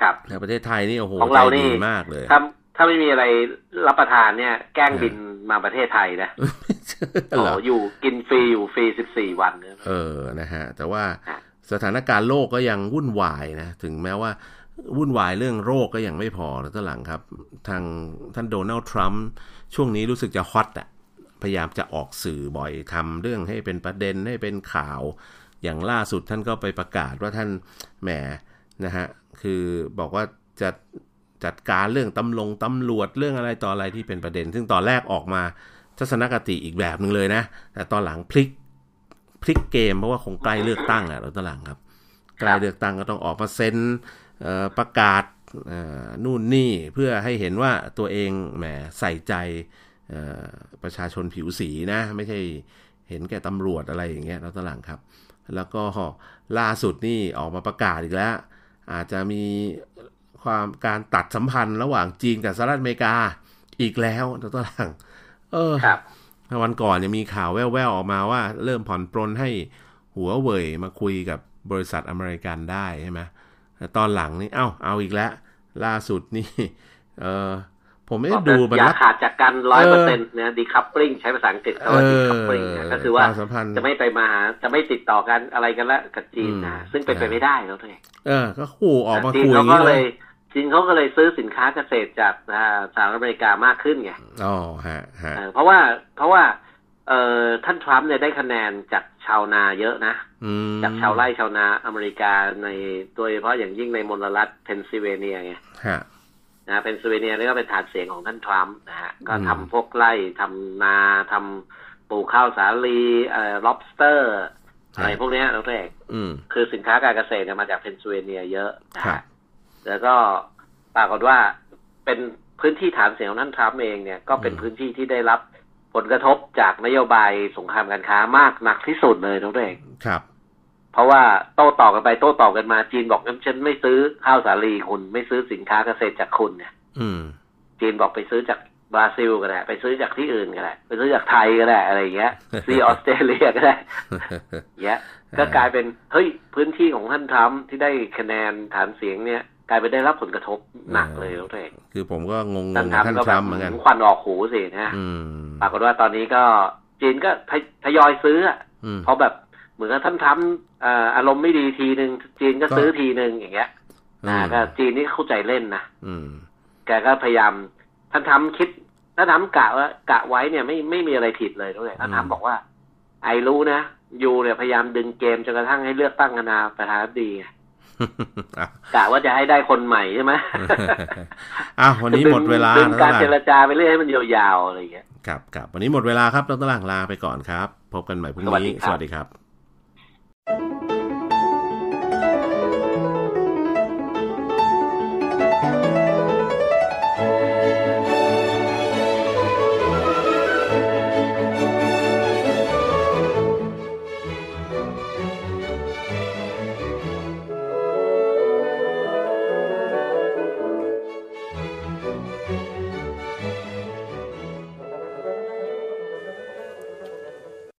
A: ครับ แต่ประเทศไทยนี่โอ้โห
B: ของ
A: ใจ
B: เรานี่
A: ดีมากเลย
B: ถ้าถ้าไม่มีอะไรรับประทานเนี่ย แกล้งบินมาประเทศไทยนะโอ้
A: เหร
B: โห
A: อ
B: อยู่กินฟรีอยู่ฟรีสิบสี่วันนะ
A: เออ นะฮะ แต่ว่า
B: อ่ะ
A: สถานการณ์โลกก็ยังวุ่นวายนะ ถึงแม้ว่าวุ่นวายเรื่องโรคก็ยังไม่พอแล้วก็หลังครับ ทางท่านโดนัลด์ทรัมป์ช่วงนี้รู้สึกจะฮอตอ่ะ พยายามจะออกสื่อบ่อยทำเรื่องให้เป็นประเด็นให้เป็นข่าว อย่างล่าสุดท่านก็ไปประกาศว่าท่านแหมนะฮะ คือบอกว่าจะจัดการเรื่องตำลงตำรวจเรื่องอะไรต่ออะไรที่เป็นประเด็น ซึ่งตอนแรกออกมาทัศนคติอีกแบบหนึ่งเลยนะ แต่ตอนหลังพลิก พลิกเกมเพราะว่าคงใกล้เลือกตั้งอ่ะเราตารางครับ ใกล้เลือกตั้งก็ต้องออกมาเซ็นเอ่อประกาศเอ่อนู่นนี่เพื่อให้เห็นว่าตัวเองแหมใส่ใจเอ่อประชาชนผิวสีนะ ไม่ใช่เห็นแก่ตำรวจอะไรอย่างเงี้ยเราตารางครับ แล้วก็ล่าสุดนี่ออกมาประกาศอีกแล้ว อาจจะมีความการตัดสัมพันธ์ระหว่างจีนกับสหรัฐอเมริกาอีกแล้วเราตารางเออ
B: ครับ
A: วันก่อนเนี่ยมีข่าวแว่วๆออกมาว่าเริ่มผ่อนปรนให้หัวเว่ยมาคุยกับบริษัทอเมริกันได้ใช่ไหมแต่ตอนหลังนี่เอ้าเอาอีกแล้ว ล่าสุดนี่ เออผมไม่ได้ดูมัน
B: อยา
A: รัก
B: ขาดจากกันร้อย
A: เอ
B: เปอร์
A: อ
B: เซ็นต์นะดีคัพปริงใช้ภาษาอังกฤษเขาว่าดีคัพปริงก็คือว่า
A: ความสัมพันธ์
B: จะไม่ไปมาหาจะไม่ติดต่อกันอะไรกันละกับจีน
A: อืม
B: นะซึ่งเป็นไปไม่ได้แล้วด้วย
A: เออ ก็ขู่ออกมา
B: จีน
A: คุยอ
B: เขา
A: ย่าง
B: ก็
A: นี้
B: เล
A: เลย ย
B: จีนเขาก็เลยซื้อสินค้าเกษตรจากอ่าสหรัฐอเมริกามากขึ้นไง
A: อ๋อฮะฮะ
B: เออเพราะว่าเพราะว่า เอ่อท่านทรัมป์เนี่ยได้คะแนนจากชาวนาเยอะนะ
A: อืม
B: จากชาวไร่ชาวนาอเมริกาในโดยเฉพาะอย่างยิ่งในมลรัฐเพนซิลเวเนียไง
A: ฮะ
B: นะเพนซิลเวเนียนี่ก็เป็นฐานเสียงของท่านทรัมป์นะฮะก็
A: อื
B: ทำ
A: ม
B: พวกไร่ทำนาทำปลูกข้าวสาลีเอ่อ lobster อะไรพวกเนี้ยน้องเอก
A: อืม
B: คือสินค้าการเกษตรเนี่ยมาจากเพนซิลเวเนียเยอะนะ
A: ครั
B: ฮะ
A: บ
B: แล้วก็ปรากฏว่าเป็นพื้นที่ฐานเสียงของท่านทรัมป์เองเนี่ยก็เป็นพื้นที่ที่ได้รับผลกระทบจากนโยบายสงครามการค้ามากหนักที่สุดเลยน้องเอก
A: ครับ
B: เพราะว่าโต้ตอบกันไปโต้ตอบกันมาจีนบอกงั้นฉันไม่ซื้อข้าวสาลีคุณไม่ซื้อสินค้าเกษตรจากคุณเนี่ย
A: อืม
B: จีนบอกไปซื้อจากบราซิลก็ได้ไปซื้อจากที่อื่นก็ได้ไปซื้อจากไทยก็ได้อะไรอย่างเงี้ย
A: *laughs*
B: ซีออสเตรเลียก็ได้เงี้ยก็กลายเป็นเฮ้ยพื้นที่ของท่านทรัมป์ที่ได้คะแนนฐานเสียงเนี่ย กลายเป็นได้รับผลกระทบหนักเลยทุกท่าน
A: คือผมก็งงๆกับท่าน
B: ท่านทรัมป์ก็
A: ท
B: แบ
A: รับ มป์เหมือนกัน
B: ควันออกหูสินะ
A: อืม
B: ปรากฏว่าตอนนี้ก็จีนก็ทยทยอยซื้ออะ
A: อืม
B: เพราะแบบเหมือนกับท่านทำเอ่ออารมณ์ไม่ดีทีหนึ่งจีนก็
A: ก็
B: ซื้อทีหนึ่งอย่างเงี้ยนะก็จีนนี่เข้าใจเล่นนะ
A: อืม
B: แกก็พยายามท่านทำคิดท่านทำกะว่ากะไว้เนี่ยไม่ไม่มีอะไรผิดเลยด้วยท่าน
A: อืม
B: ทำบอกว่า ไอรู้นะยูเนี่ยพยายามดึงเกมจนกระทั่งให้เลือกตั้งคณะประธานาธิบดีไง
A: อ่ะ *laughs*
B: กะว่าจะให้ได้คนใหม่ใช่ไหม
A: อ่ะวันนี้หมดเวลา
B: ดึง
A: แล้ว
B: การ
A: ล่ะ
B: เจรจาไปเรื่อยให้มันยาวๆอะไรอย่างเงี้ย
A: ครับครับวันนี้หมดเวลาครับดรหลังลาไปก่อนครับ พบกันใหม่พรุ่ง
B: สวัสดี
A: นี้
B: ครับ
A: สวัสดีครับ